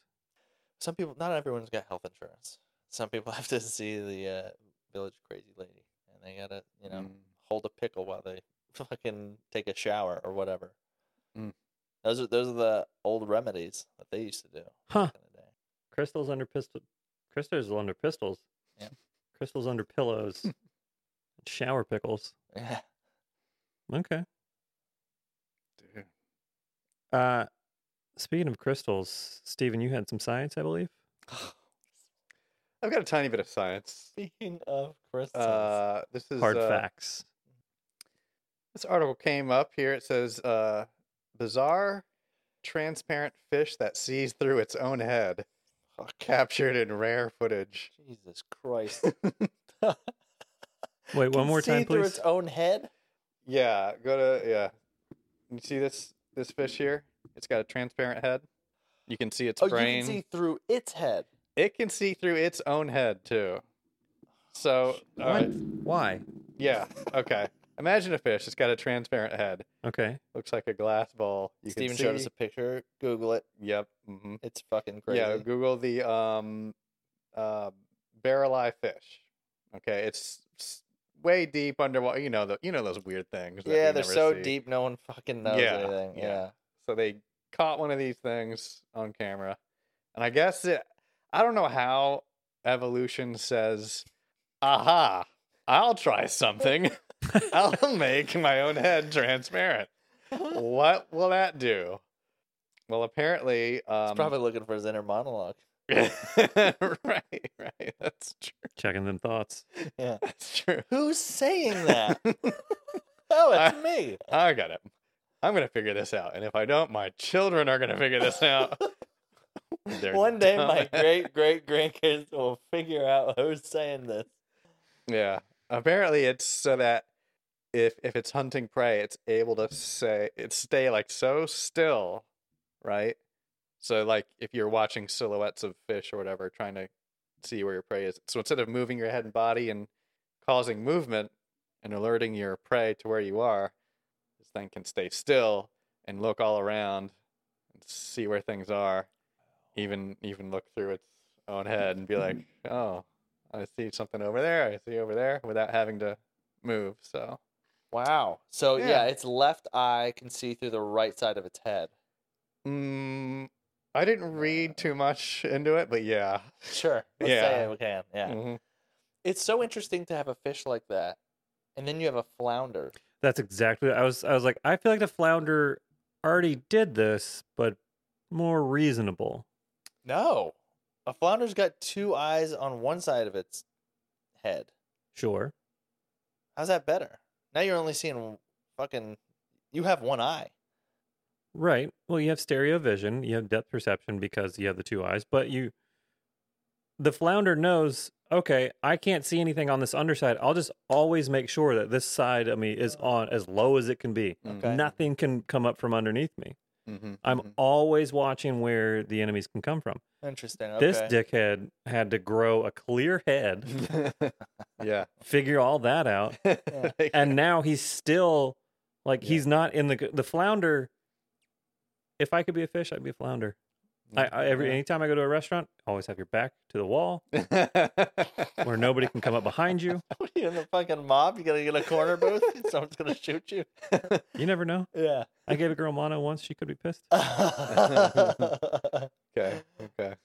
A: some people? Not everyone's got health insurance. Some people have to see the uh, village crazy lady, and they gotta you know
C: Mm.
A: hold a pickle while they fucking take a shower or whatever.
C: Mm.
A: Those are those are the old remedies that they used to do.
B: Huh.
A: back in the day.
B: Crystals under pistol. Crystals under pistols.
A: Yeah.
B: Crystals under pillows. Shower pickles.
A: Yeah.
B: Okay.
C: Dude.
B: Uh, speaking of crystals, Stephen, you had some science, I believe.
C: I've got a tiny bit of science.
A: Speaking of crystals,
C: Uh, this is
B: Hard
C: uh,
B: facts.
C: This article came up here. It says uh, bizarre transparent fish that sees through its own head
A: Oh, God,
C: captured in rare footage.
A: Jesus Christ!
B: Wait, one
A: Can
B: more
A: see
B: time,
A: through
B: please.
A: its own head.
C: Yeah, go to yeah. You see this this fish here? It's got a transparent head. You can see its
A: oh,
C: brain.
A: you can see through its head.
C: It can see through its own head too. So all
B: What?
C: right.
B: Why?
C: yeah, okay. Imagine a fish. It's got a transparent head.
B: Okay.
C: Looks like a glass ball. You
A: Steven
C: can see.
A: showed us a picture. Google it.
C: Yep. hmm
A: It's fucking crazy.
C: Yeah, Google the um, uh, barrel eye fish. Okay, it's s- way deep underwater. You know the you know those weird things. that
A: Yeah,
C: we
A: they're
C: never
A: so
C: see.
A: deep, no one fucking knows
C: Yeah,
A: anything.
C: yeah.
A: Yeah.
C: So they caught one of these things on camera, and I guess it. I don't know how evolution says, "Aha! I'll try something. I'll make my own head transparent." What will that do? Well, um, apparently, um,
A: He's probably looking for his inner monologue.
C: right, right. That's true.
B: Checking them thoughts.
A: Yeah.
C: That's true.
A: Who's saying that? oh, it's
C: I-
A: me.
C: I got it. I'm gonna figure this out, and if I don't, my children are gonna figure this out. They're
A: One day, my
C: dumb.
A: great great grandkids will figure out who's saying this.
C: yeah. Apparently, it's so that if if it's hunting prey, it's able to say it stay like so still, right? So like if you're watching silhouettes of fish or whatever, trying to see where your prey is. So instead of moving your head and body and causing movement and alerting your prey to where you are, this thing can stay still and look all around and see where things are. Even even look through its own head and be like, Oh, I see something over there, I see over there without having to move. So
A: Wow. So yeah.
C: Yeah.
A: its left eye can see through the right side of its head.
C: mm, I
A: Uh,
C: didn't read too much into it, but yeah.
A: Sure. Let's say
C: Yeah.
A: it can. Yeah. Mm.
C: Mhm.
A: It's so interesting to have a fish like that, and then you have a flounder.
B: That's exactly. I was. I was like, I feel like the flounder already did this, but more reasonable.
A: No, a flounder's got two eyes on one side of its head.
B: Sure.
A: How's that better? Now you're only seeing fucking. You have one eye.
B: Right. Well, you have stereo vision. You have depth perception because you have the two eyes. But you, the flounder knows. Okay, I can't see anything on this underside. I'll just always make sure that this side of me is on as low as it can be.
A: Okay.
B: Nothing can come up from underneath me.
C: Mhm,
B: I'm
C: mhm.
B: always watching where the enemies can come from.
A: Interesting. Okay.
B: This dickhead had to grow a clear head,
C: mm-hmm. yeah.
B: figure all that out,
C: Like,
B: and now he's still like
C: Yeah.
B: he's not in the the flounder. If I could be a fish, I'd be a flounder. I,
C: Mm,
B: I every anytime I go to a restaurant, always have your back to the wall where nobody can come up behind you.
A: What are you in the fucking mob? You gotta get a corner booth. Someone's gonna shoot you.
B: You never know.
A: Yeah.
B: I gave a girl mono once; she could be pissed.
A: well,
C: okay. Okay.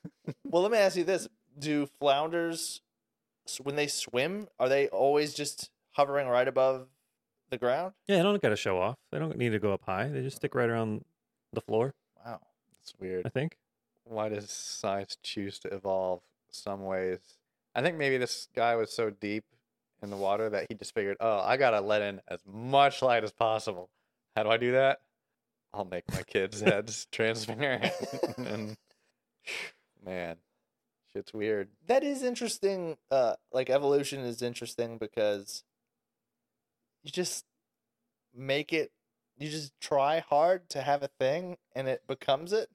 A: let me ask you this: Do flounders, s- when they swim, are they always just hovering right above the ground?
B: Yeah, they don't got to show off. They don't need to go up high. They just stick right around the floor.
A: Wow.
C: It's weird.
B: I think.
C: Why does science choose to evolve some ways? I think maybe this guy was so deep in the water that he just figured, oh, I gotta let in as much light as possible. How do I do that? I'll make my kids' heads transparent. and man, shit's weird.
A: that is interesting. Uh, like evolution is interesting because you just make it. You just try hard to have a thing, and it becomes it.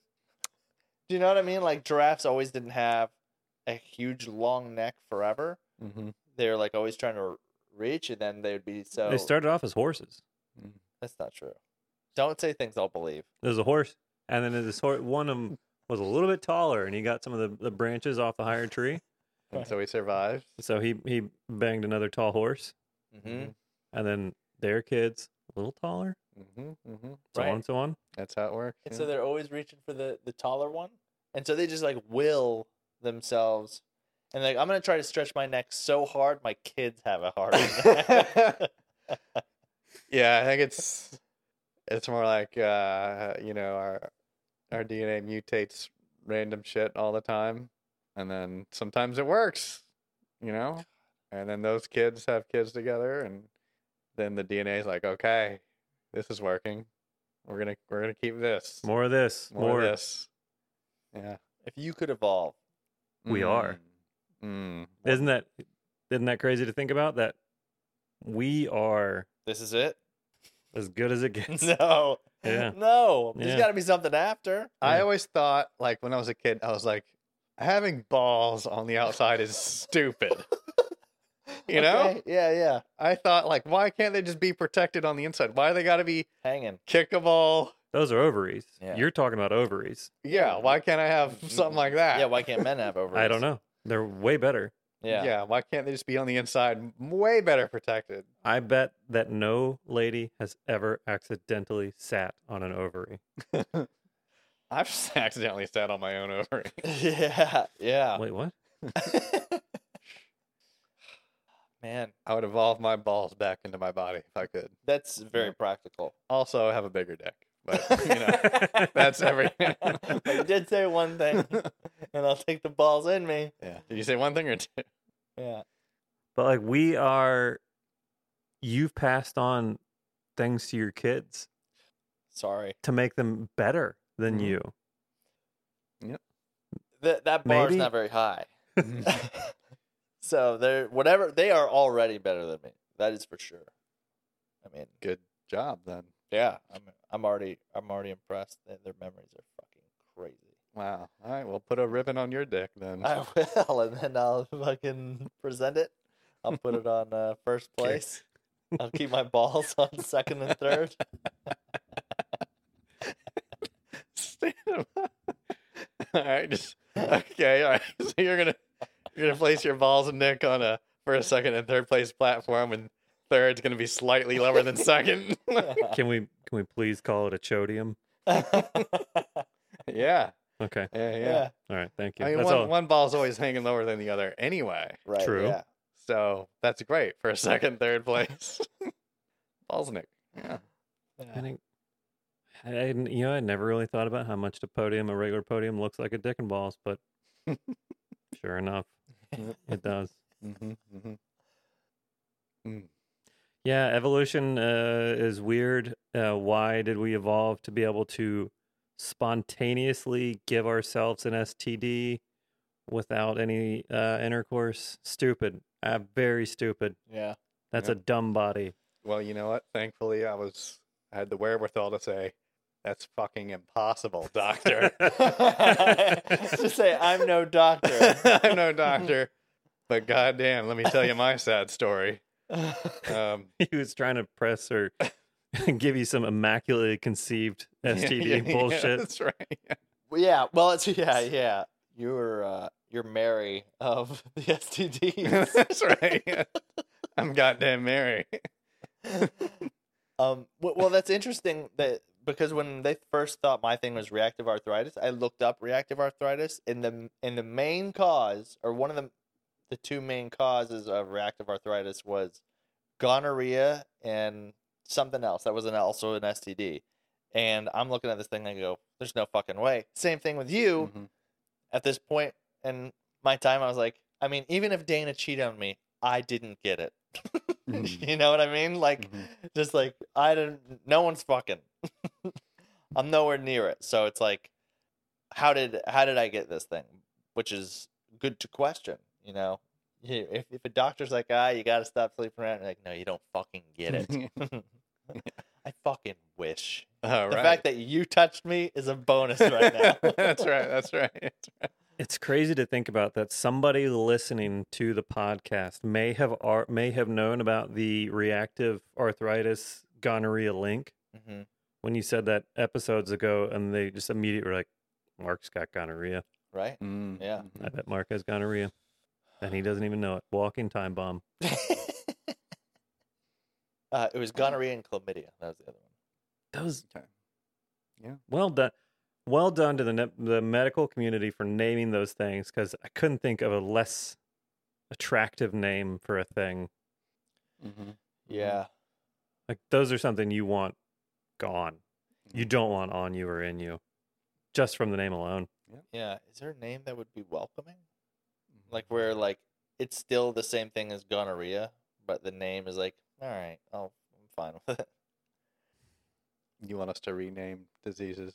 A: Do you know what I mean? Like giraffes always didn't have a huge long neck forever.
C: Mm-hmm.
A: They were like always trying to reach, and then they would be so.
B: They started off as horses.
A: That's not true. Don't say things I'll believe.
B: There's a horse, and then this horse, one of them was a little bit taller, and he got some of the, the branches off the higher tree.
C: And so he survived.
B: So he he banged another tall horse,
A: Mm-hmm.
B: and then their kids a little taller,
C: Mm-hmm. Mm-hmm.
B: so on
A: Right.
B: and so on.
C: That's how it works.
A: And
C: yeah.
A: so they're always reaching for the the taller one. And so they just like will themselves. And like I'm gonna try to stretch my neck so hard my kids have a hard neck.
C: Yeah, I think it's it's more like uh, you know our our DNA mutates random shit all the time, and then sometimes it works, you know, and then those kids have kids together, and then the DNA is like, okay, this is working. We're gonna we're gonna keep this
B: More of this,
C: more,
B: more,
C: of this. Yeah,
A: if you could evolve,
B: We are.
C: Mm.
B: Isn't that isn't that crazy to think about? That we are
A: this is it.
B: as good as it gets.
A: No.
B: Yeah.
A: No.
B: Yeah.
A: There's gotta be something after.
C: I
B: Yeah.
C: always thought, like when I was a kid, I was like, having balls on the outside is stupid. You know?
A: Okay, Yeah, yeah.
C: I thought, like, why can't they just be protected on the inside? Why they got to be
A: Hanging.
C: kickable?
B: Those are ovaries.
A: Yeah.
B: You're talking about ovaries.
C: Yeah, why can't I have something like that?
A: Mm, Yeah, why can't men have over?
B: I don't know. They're way better.
A: Yeah.
C: yeah, why can't they just be on the inside, m- way better protected?
B: I bet that no lady has ever accidentally sat on an ovary.
C: I've just accidentally sat on my own ovary.
A: yeah.
C: Uh.
A: Yeah.
B: Wait, what?
A: Man,
C: I would evolve my balls back into my body if I could.
A: that's very
C: Yeah.
A: practical.
C: Also, have a bigger dick, but you know, that's every.
A: I did say one thing. and I'll take the balls in me.
C: Yeah. Did you say one thing or two?
A: Yeah.
B: But like we are you've passed on things to your kids
A: Sorry.
B: to make them better than
C: Mhm.
B: you.
A: That that bar's
B: Maybe.
A: not very high. so they're whatever they are already better than me. That is for sure. I mean,
C: Good job then.
A: yeah, I'm I'm already I'm already impressed that their memories are fucking crazy.
C: Wow. All right. Well, put a ribbon on your dick then.
A: I will, and then I'll fucking present it. I'll put it on uh, first
C: Okay.
A: place. I'll keep my balls on second and third.
C: Stand him up. all right. Just okay. All right. So you're gonna you're gonna place your balls and dick on a first, second, and third place platform, and third's gonna be slightly lower than second.
B: Can we can we please call it a chodium?
C: yeah.
B: Okay.
C: Yeah. Yeah.
A: yeah,
B: All right, thank you.
C: I mean,
B: That's
C: one,
B: all.
C: one ball's always hanging lower than the other anyway.
A: right.
B: True.
A: Yeah.
C: So that's great for a second, third place. balls and dick. Yeah.
A: yeah.
B: I think I didn't, you know, I never really thought about how much a podium, a regular podium, looks like a dick and balls, but sure enough,
C: Yep.
B: it does.
C: Mm-hmm, mm-hmm. Mm.
B: Yeah, evolution uh, is weird. Uh, why did we evolve to be able to spontaneously give ourselves an STD without any uh, intercourse? Stupid. Uh, very stupid.
A: Yeah.
B: That's
C: Yep.
B: a dumb body.
C: Well, you know what? Thankfully, I was I had the wherewithal to say that's fucking impossible, doctor.
A: Just say I'm no doctor.
C: I'm no doctor, but goddamn, let me tell you my sad story. Um,
B: he was trying to press or give you some immaculately conceived
C: yeah,
B: STD
C: yeah, yeah,
B: bullshit.
C: that's right.
A: Well, yeah. Well, it's yeah, yeah. You're uh, you're Mary of the STDs.
C: that's right. yeah. I'm goddamn Mary.
A: um, well, well, that's interesting that because when they first thought my thing was reactive arthritis, I looked up reactive arthritis, and the and the main cause or one of the the two main causes of reactive arthritis was gonorrhea and something else that was an, also an STD. And I'm looking at this thing and I go, "There's no fucking way." Same thing with you
C: Mhm.
A: at this point in my time, I was like, I mean, even if Dana cheated on me, I didn't get it.
C: Mhm.
A: you know what I mean? Like,
C: Mhm.
A: just like I didn't. No one's fucking. I'm nowhere near it. So it's like, how did how did I get this thing? Which is good to question. You know, You- if if a doctor's like, ah, you got to stop sleeping around, you're like, no, you don't fucking get it. I fucking wish.
C: All
A: The
C: right.
A: fact that you touched me is a bonus right now.
C: that's right. That's right. That's right.
B: It's crazy to think about that somebody listening to the podcast may have ar- may have known about the reactive arthritis gonorrhea link
A: Mhm.
B: when you said that episodes ago, and they just immediately were like, "Mark's got gonorrhea.
A: Right?
C: Mm.
A: Yeah.
B: I bet Mark has gonorrhea, and he doesn't even know it." Walking time bomb.
A: uh, it was gonorrhea and chlamydia. That was the other one.
B: That was
C: Okay.
B: well done. Well done to the ne- the medical community for naming those things because I couldn't think of a less attractive name for a thing.
A: Mm-hmm.
C: Mhm.
A: Yeah.
B: Like those are something you want gone.
C: Mm-hmm.
B: You don't want on you or in you. Just from the name alone.
A: Yeah. Is there a name that would be welcoming? Like where like it's still the same thing as gonorrhea, but the name is like, all right, I'll, I'm fine with it.
C: you want us to rename diseases?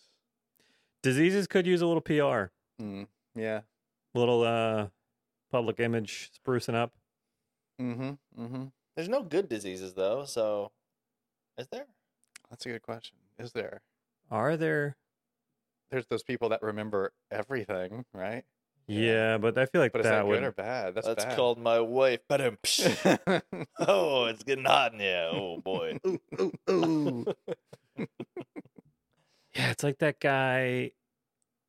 B: Diseases could use a little PR,
C: Mm. Yeah.
B: little uh public image sprucing up.
C: Mm-hmm. Mm-hmm.
A: There's no good diseases though, so is there?
C: That's a good question. Is there?
B: Are there
C: There's those people that remember everything, right?
B: Yeah, but I feel like
C: But is
B: that,
C: that, good
B: would
C: or bad? That's,
A: That's
C: bad.
A: called my wife. Ba-dum, psh. oh, it's getting hot in here. Oh boy.
C: ooh, ooh, ooh.
B: Yeah, it's like that guy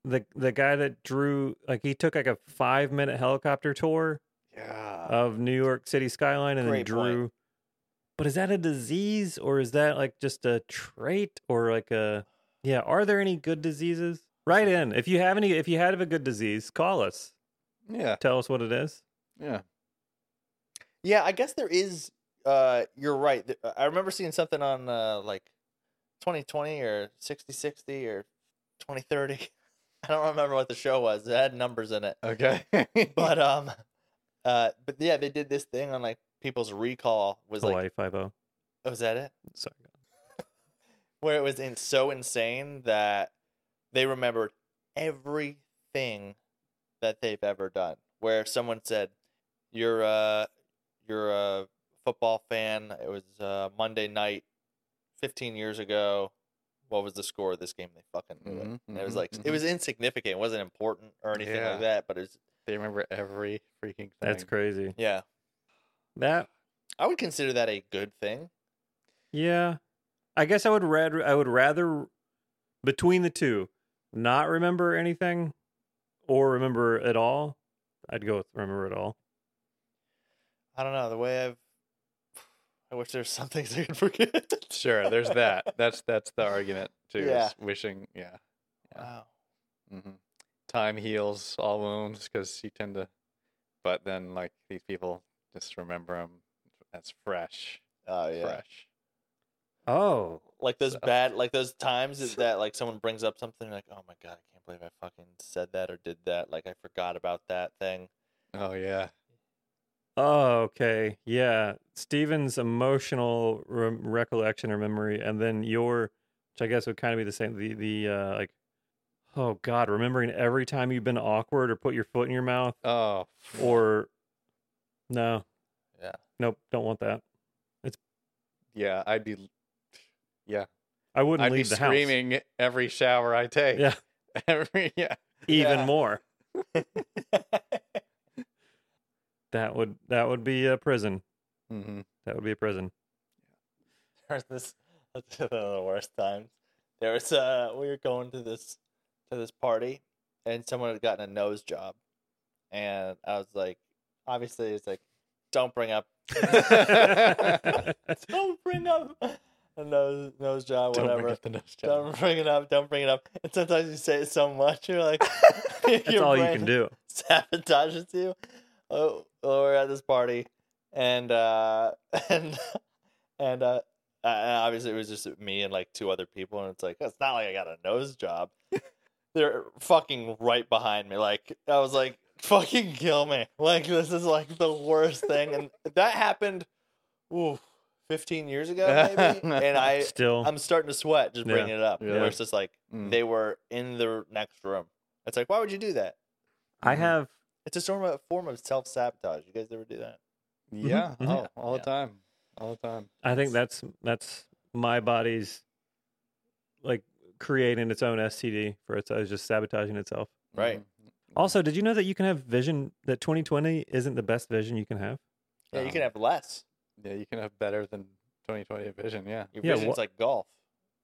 B: the the guy that drew like he took like a 5 minute helicopter tour
C: yeah.
B: of New York City skyline and then
A: Great point.
B: drew But is that a disease or is that like just a trait or like a yeah, are there any good diseases? Write in. If you have any if you have a good disease, call us.
C: yeah.
B: Tell us what it is.
C: Yeah.
A: Yeah, I guess there is. Uh, you're right. Th- I remember seeing something on uh, like 2020 or 6060 or 2030. I don't remember what the show was. It had numbers in it.
C: Okay.
A: But um uh but yeah, they did this thing on like people's recall was like
B: Hawaii Five O.
A: oh, was that it?
B: Sorry.
A: Where it was in so insane that they remembered everything that they've ever done. Where if someone said, You're a, you're a football fan, it was uh, Monday night fifteen years ago. What was the score of this game? They fucking knew it.
C: Mhm,
A: And it was
C: mhm,
A: like it
C: mhm.
A: was insignificant, it wasn't important or anything
C: Yeah.
A: like that, but it's
C: they remember every freaking thing.
B: That's crazy.
A: yeah.
B: That
A: I would consider that a good thing.
B: yeah. I guess I would rather I would rather between the two, not remember anything or remember at all. I'd go with remember it all.
A: I don't know the way I've. I wish there's some things I could forget.
C: Sure, there's that. That's that's the argument too. is
A: Yeah.
C: wishing, yeah.
A: Wow.
C: hmm Time heals all wounds because you tend to, but then like these people just remember them as fresh,
A: Oh yeah.
C: fresh.
B: Oh.
A: Like those
C: So-
A: bad, like those times is that like someone brings up something like, oh my god, I can't believe I fucking said that or did that. Like I forgot about that thing.
C: Oh yeah,
B: Oh, okay. Yeah. Steven's emotional re- recollection or memory, and then your, which I guess would kind of be the same. The, the, uh, like, oh God, remembering every time you've been awkward or put your foot in your mouth
C: oh,
B: or no.
A: Yeah.
B: Nope. Don't want that.
C: yeah. I'd be, yeah,
B: I wouldn't
C: I'd be
B: leave the
C: screaming every shower I take.
B: Yeah.
C: every yeah.
B: house even
A: Yeah.
B: more. That would, that would be a prison.
C: Mm-hmm.
B: That would be a prison.
A: There's this that's one of the worst times. There was uh we were going to this to this party and someone had gotten a nose job and I was like obviously it's like don't bring up don't bring up a nose nose job, whatever.
C: the nose job.
A: Don't bring it up. Don't bring it up. And sometimes you say it so much, you're like,
B: That's all you can do.
A: Sabotages you. Oh, oh, we're at this party, and uh, and and uh, uh, obviously it was just me and like two other people, and it's like it's not like I got a nose job. They're fucking right behind me. Like I was like, fucking kill me. Like this is like the worst thing, and that happened. Ooh, 15 years ago maybe and i
B: Still.
A: I'm starting to sweat just
B: Yeah.
A: bringing it up.
C: Yeah.
A: Where it's just like
C: Mm.
A: they were in the next room. It's like, why would you do that?
B: I
C: Mhm.
B: have,
A: It's a form of form of self sabotage. You guys ever do that?
C: Yeah,
B: mhm.
C: oh, all
A: Yeah.
C: the time, all the time.
B: I think that's that's my body's like creating its own STD for its. I was just sabotaging itself.
A: Right.
C: Mhm.
B: Also, did you know that you can have vision that 2020 isn't the best vision you can have?
A: Yeah, you can
C: Um,
A: have less.
C: Yeah, you can have better than 2020 vision. Yeah.
A: Your
B: yeah,
A: vision's
B: wha-
A: like golf.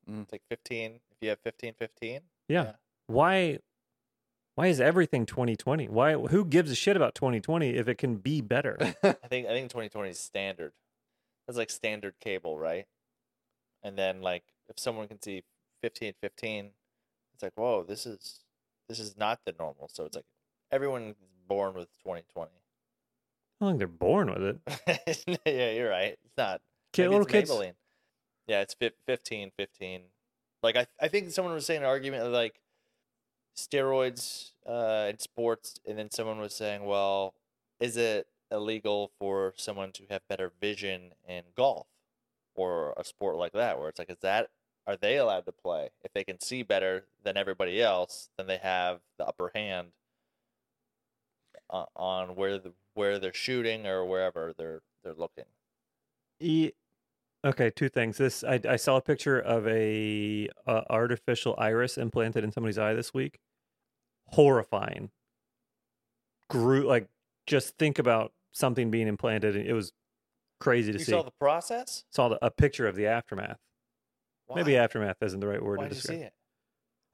C: Mm.
A: It's like 15. If you have 15, 15.
B: Yeah.
A: Yeah.
B: Why why is everything 2020? Why who gives a shit about 2020 if it can be better?
A: I think I think 2020 is standard. That's like standard cable, right? And then like if someone can see 15, 15, it's like, whoa, this is this is not the normal. So it's like everyone is born with 2020.
B: I think they're born with it.
A: yeah, you're right. It's not.
B: Kid,
A: Maybe
B: little
A: it's
B: kids.
A: Maybelline. Yeah, it's fif- 15, 15. Like I, I think someone was saying an argument of, like steroids uh, in sports, and then someone was saying, well, is it illegal for someone to have better vision in golf or a sport like that, where it's like, is that are they allowed to play if they can see better than everybody else? Then they have the upper hand uh, on where the where they're shooting or wherever they're they're looking.
B: E- okay, two things. This I, I saw a picture of a, uh artificial iris implanted in somebody's eye this week. Horrifying. Grew like just think about something being implanted. and It was crazy to
A: you
B: see.
A: saw the process.
B: saw the, a picture of the aftermath. Maybe
A: Why?
B: aftermath isn't the right word
A: Why'd
B: to
A: you see
B: describe.
A: it?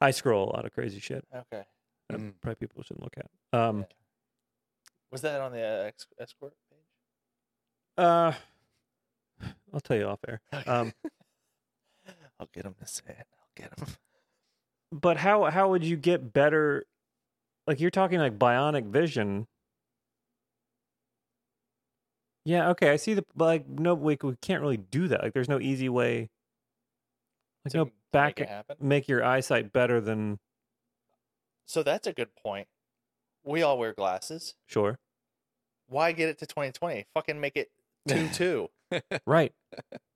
B: I scroll a lot of crazy shit.
A: Okay.
B: that
C: Mm.
B: Probably people shouldn't look at. Um,
A: Yeah. Was that on the uh, ex- escort page?
B: uh, I'll tell you off air. Um,
A: I'll get him to say it. I'll get him.
B: but how how would you get better? Like you're talking like bionic vision. Yeah. Okay. I see the but, like. No, we we can't really do that. Like, there's no easy way. Like,
A: To
B: no
A: m-
B: back
A: Make it happen.
B: make your eyesight better than
A: So that's a good point. We all wear glasses.
B: Sure.
A: Why get it to 2020? Fucking make it 2 2.
B: Right.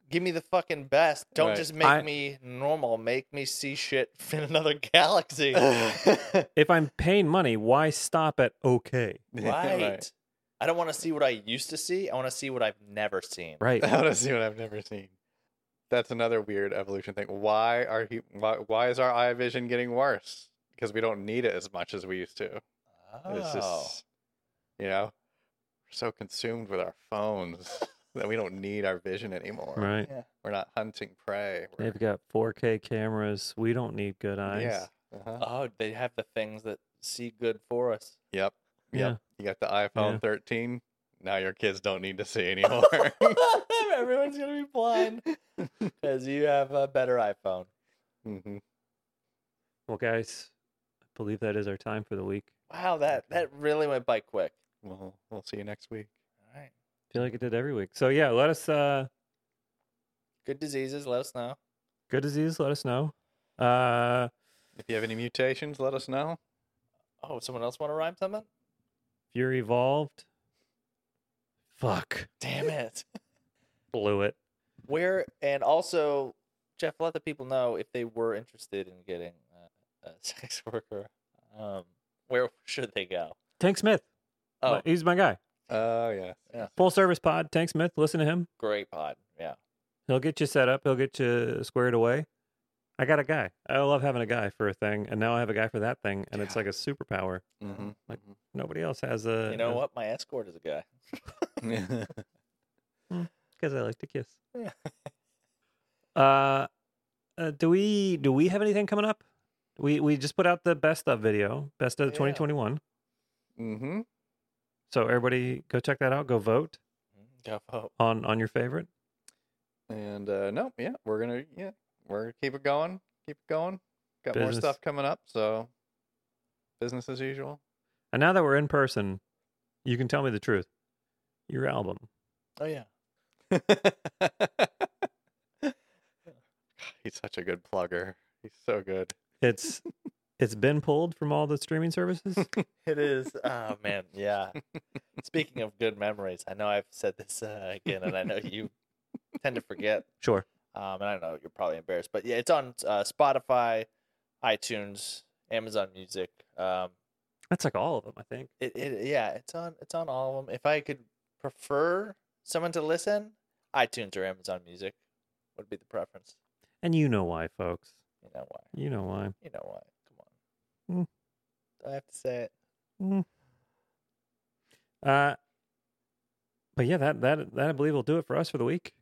A: Give me the fucking best. Don't
C: Right.
A: just make
B: I-
A: me normal. Make me see shit in another galaxy.
C: right.
B: If I'm paying money, why stop at okay?
A: right. I don't want to see what I used to see. I want to see what I've never seen.
B: Right.
C: I want to see what I've never seen. That's another weird evolution thing. Why are he? Why, why is our eye vision getting worse? Because we don't need it as much as we used to. It's
A: Oh.
C: just, you know, we're so consumed with our phones that we don't need our vision anymore.
B: Right.
A: Yeah.
C: We're not hunting prey. We're,
B: They've got 4K cameras. We don't need good eyes.
C: yeah. Uh-huh.
A: Oh, they have the things that see good for us.
C: Yep.
B: Yeah.
C: Yep. You got the iPhone
B: Yeah.
C: 13. Now your kids don't need to see anymore.
A: Everyone's gonna be blind because you have a better iPhone.
C: Mhm.
B: Well, guys, I believe that is our time for the week.
A: Wow, that that really went by quick.
C: Well, we'll see you next week.
A: All right,
B: I feel like it did every week. So yeah, let us uh
A: good diseases. Let us know.
B: good disease, let us know. Uh
C: If you have any mutations, let us know.
A: Oh, someone else want to rhyme something?
B: if you're evolved. Fuck.
A: Damn it!
B: Blew it.
A: Where and also, Jeff, let the people know if they were interested in getting uh, a sex worker. Um, where should they go?
B: Tank Smith.
A: Oh,
B: my- He's my guy.
C: Oh, yeah.
B: Full service pod, Tank Smith. Listen to him.
A: great pod. Yeah,
B: He'll get you set up. He'll get you squared away. I got a guy. I love having a guy for a thing, and now I have a guy for that thing, and it's
C: Yeah.
B: like a superpower.
C: Mm-hmm.
B: Like- Nobody else has a.
A: you know what? My escort is a guy.
C: Mm-hmm.
B: Because I like to kiss.
A: Yeah.
B: uh, uh, do we do we have anything coming up? We we just put out the best of video, best of
A: Yeah.
B: 2021.
C: mm-hmm.
B: So everybody go check that out. Go vote
A: Mm-hmm. Go vote.
B: on on your favorite.
C: And uh, no, yeah, we're gonna yeah, we're gonna keep it going, keep it going. Got more
B: Business.
C: stuff coming up, so business as usual.
B: And now that we're in person, you can tell me the truth. Your album.
A: Oh yeah.
C: He's such a good plugger. He's so good.
B: It's it's been pulled from all the streaming services.
A: It is. Oh man, yeah. Speaking of good memories, I know I've said this uh, again, and I know you tend to forget.
B: sure.
A: Um, and I know you're probably embarrassed, but yeah, it's on uh, Spotify, iTunes, Amazon Music. Um,
B: That's like all of them, I think.
A: it, it yeah, it's on it's on all of them. If I could prefer someone to listen, iTunes or Amazon Music would be the preference.
B: And you know why, folks.
A: You know why?
B: You know why.
A: You know why? Come on.
B: Mm.
A: Do I have to say it.
B: Uh but yeah, that that that I believe will do it for us for the week.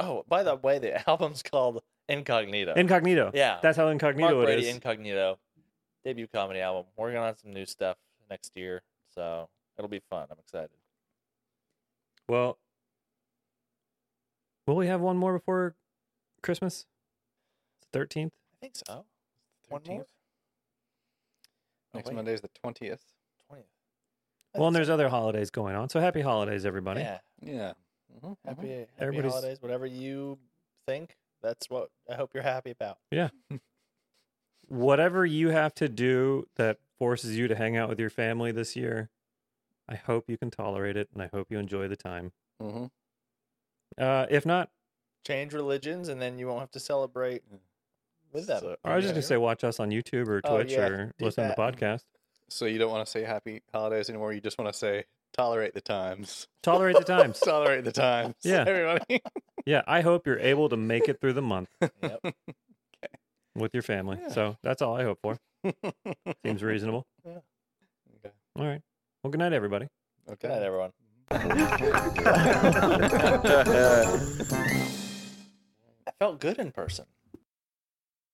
A: Oh, by the way, the album's called Incognito.
B: Incognito.
A: yeah,
B: That's how
A: Mark
B: incognito it
A: Brady
B: is.
A: Incognito debut comedy album. Working on some new stuff next year, so it'll be fun. I'm excited.
B: well, will we have one more before Christmas? Thirteenth.
A: I think so. One
C: 13th.
A: more. Oh,
C: Next Monday's the twentieth.
A: twentieth.
B: Well, and there's other holidays going on. So happy holidays, everybody.
A: yeah.
C: Yeah. Mm-hmm.
A: Happy, happy
B: Everybody's-
A: holidays. Whatever you think, that's what I hope you're happy about.
B: Whatever you have to do that forces you to hang out with your family this year, I hope you can tolerate it and I hope you enjoy the time.
C: Mm-hmm.
B: Uh, if not,
A: Change religions, and then you won't have to celebrate
C: Yeah.
A: with them.
C: Mm. So,
B: I was just
C: yeah.
B: gonna say watch us on YouTube or
A: Oh,
B: Twitch
A: yeah,
B: or
A: do
B: listen
A: that.
B: to the podcast.
C: So you don't want to say happy holidays anymore. You just want to say tolerate the times.
B: Tolerate the times.
C: tolerate the times.
B: Yeah.
C: Everybody.
B: yeah, I hope you're able to make it through the month
A: Yep.
B: with your family.
C: Yeah.
B: So that's all I hope for.
C: okay.
B: Seems reasonable. All right. Well, good night, everybody.
A: Good night,
C: Okay.
A: everyone. I felt good in person.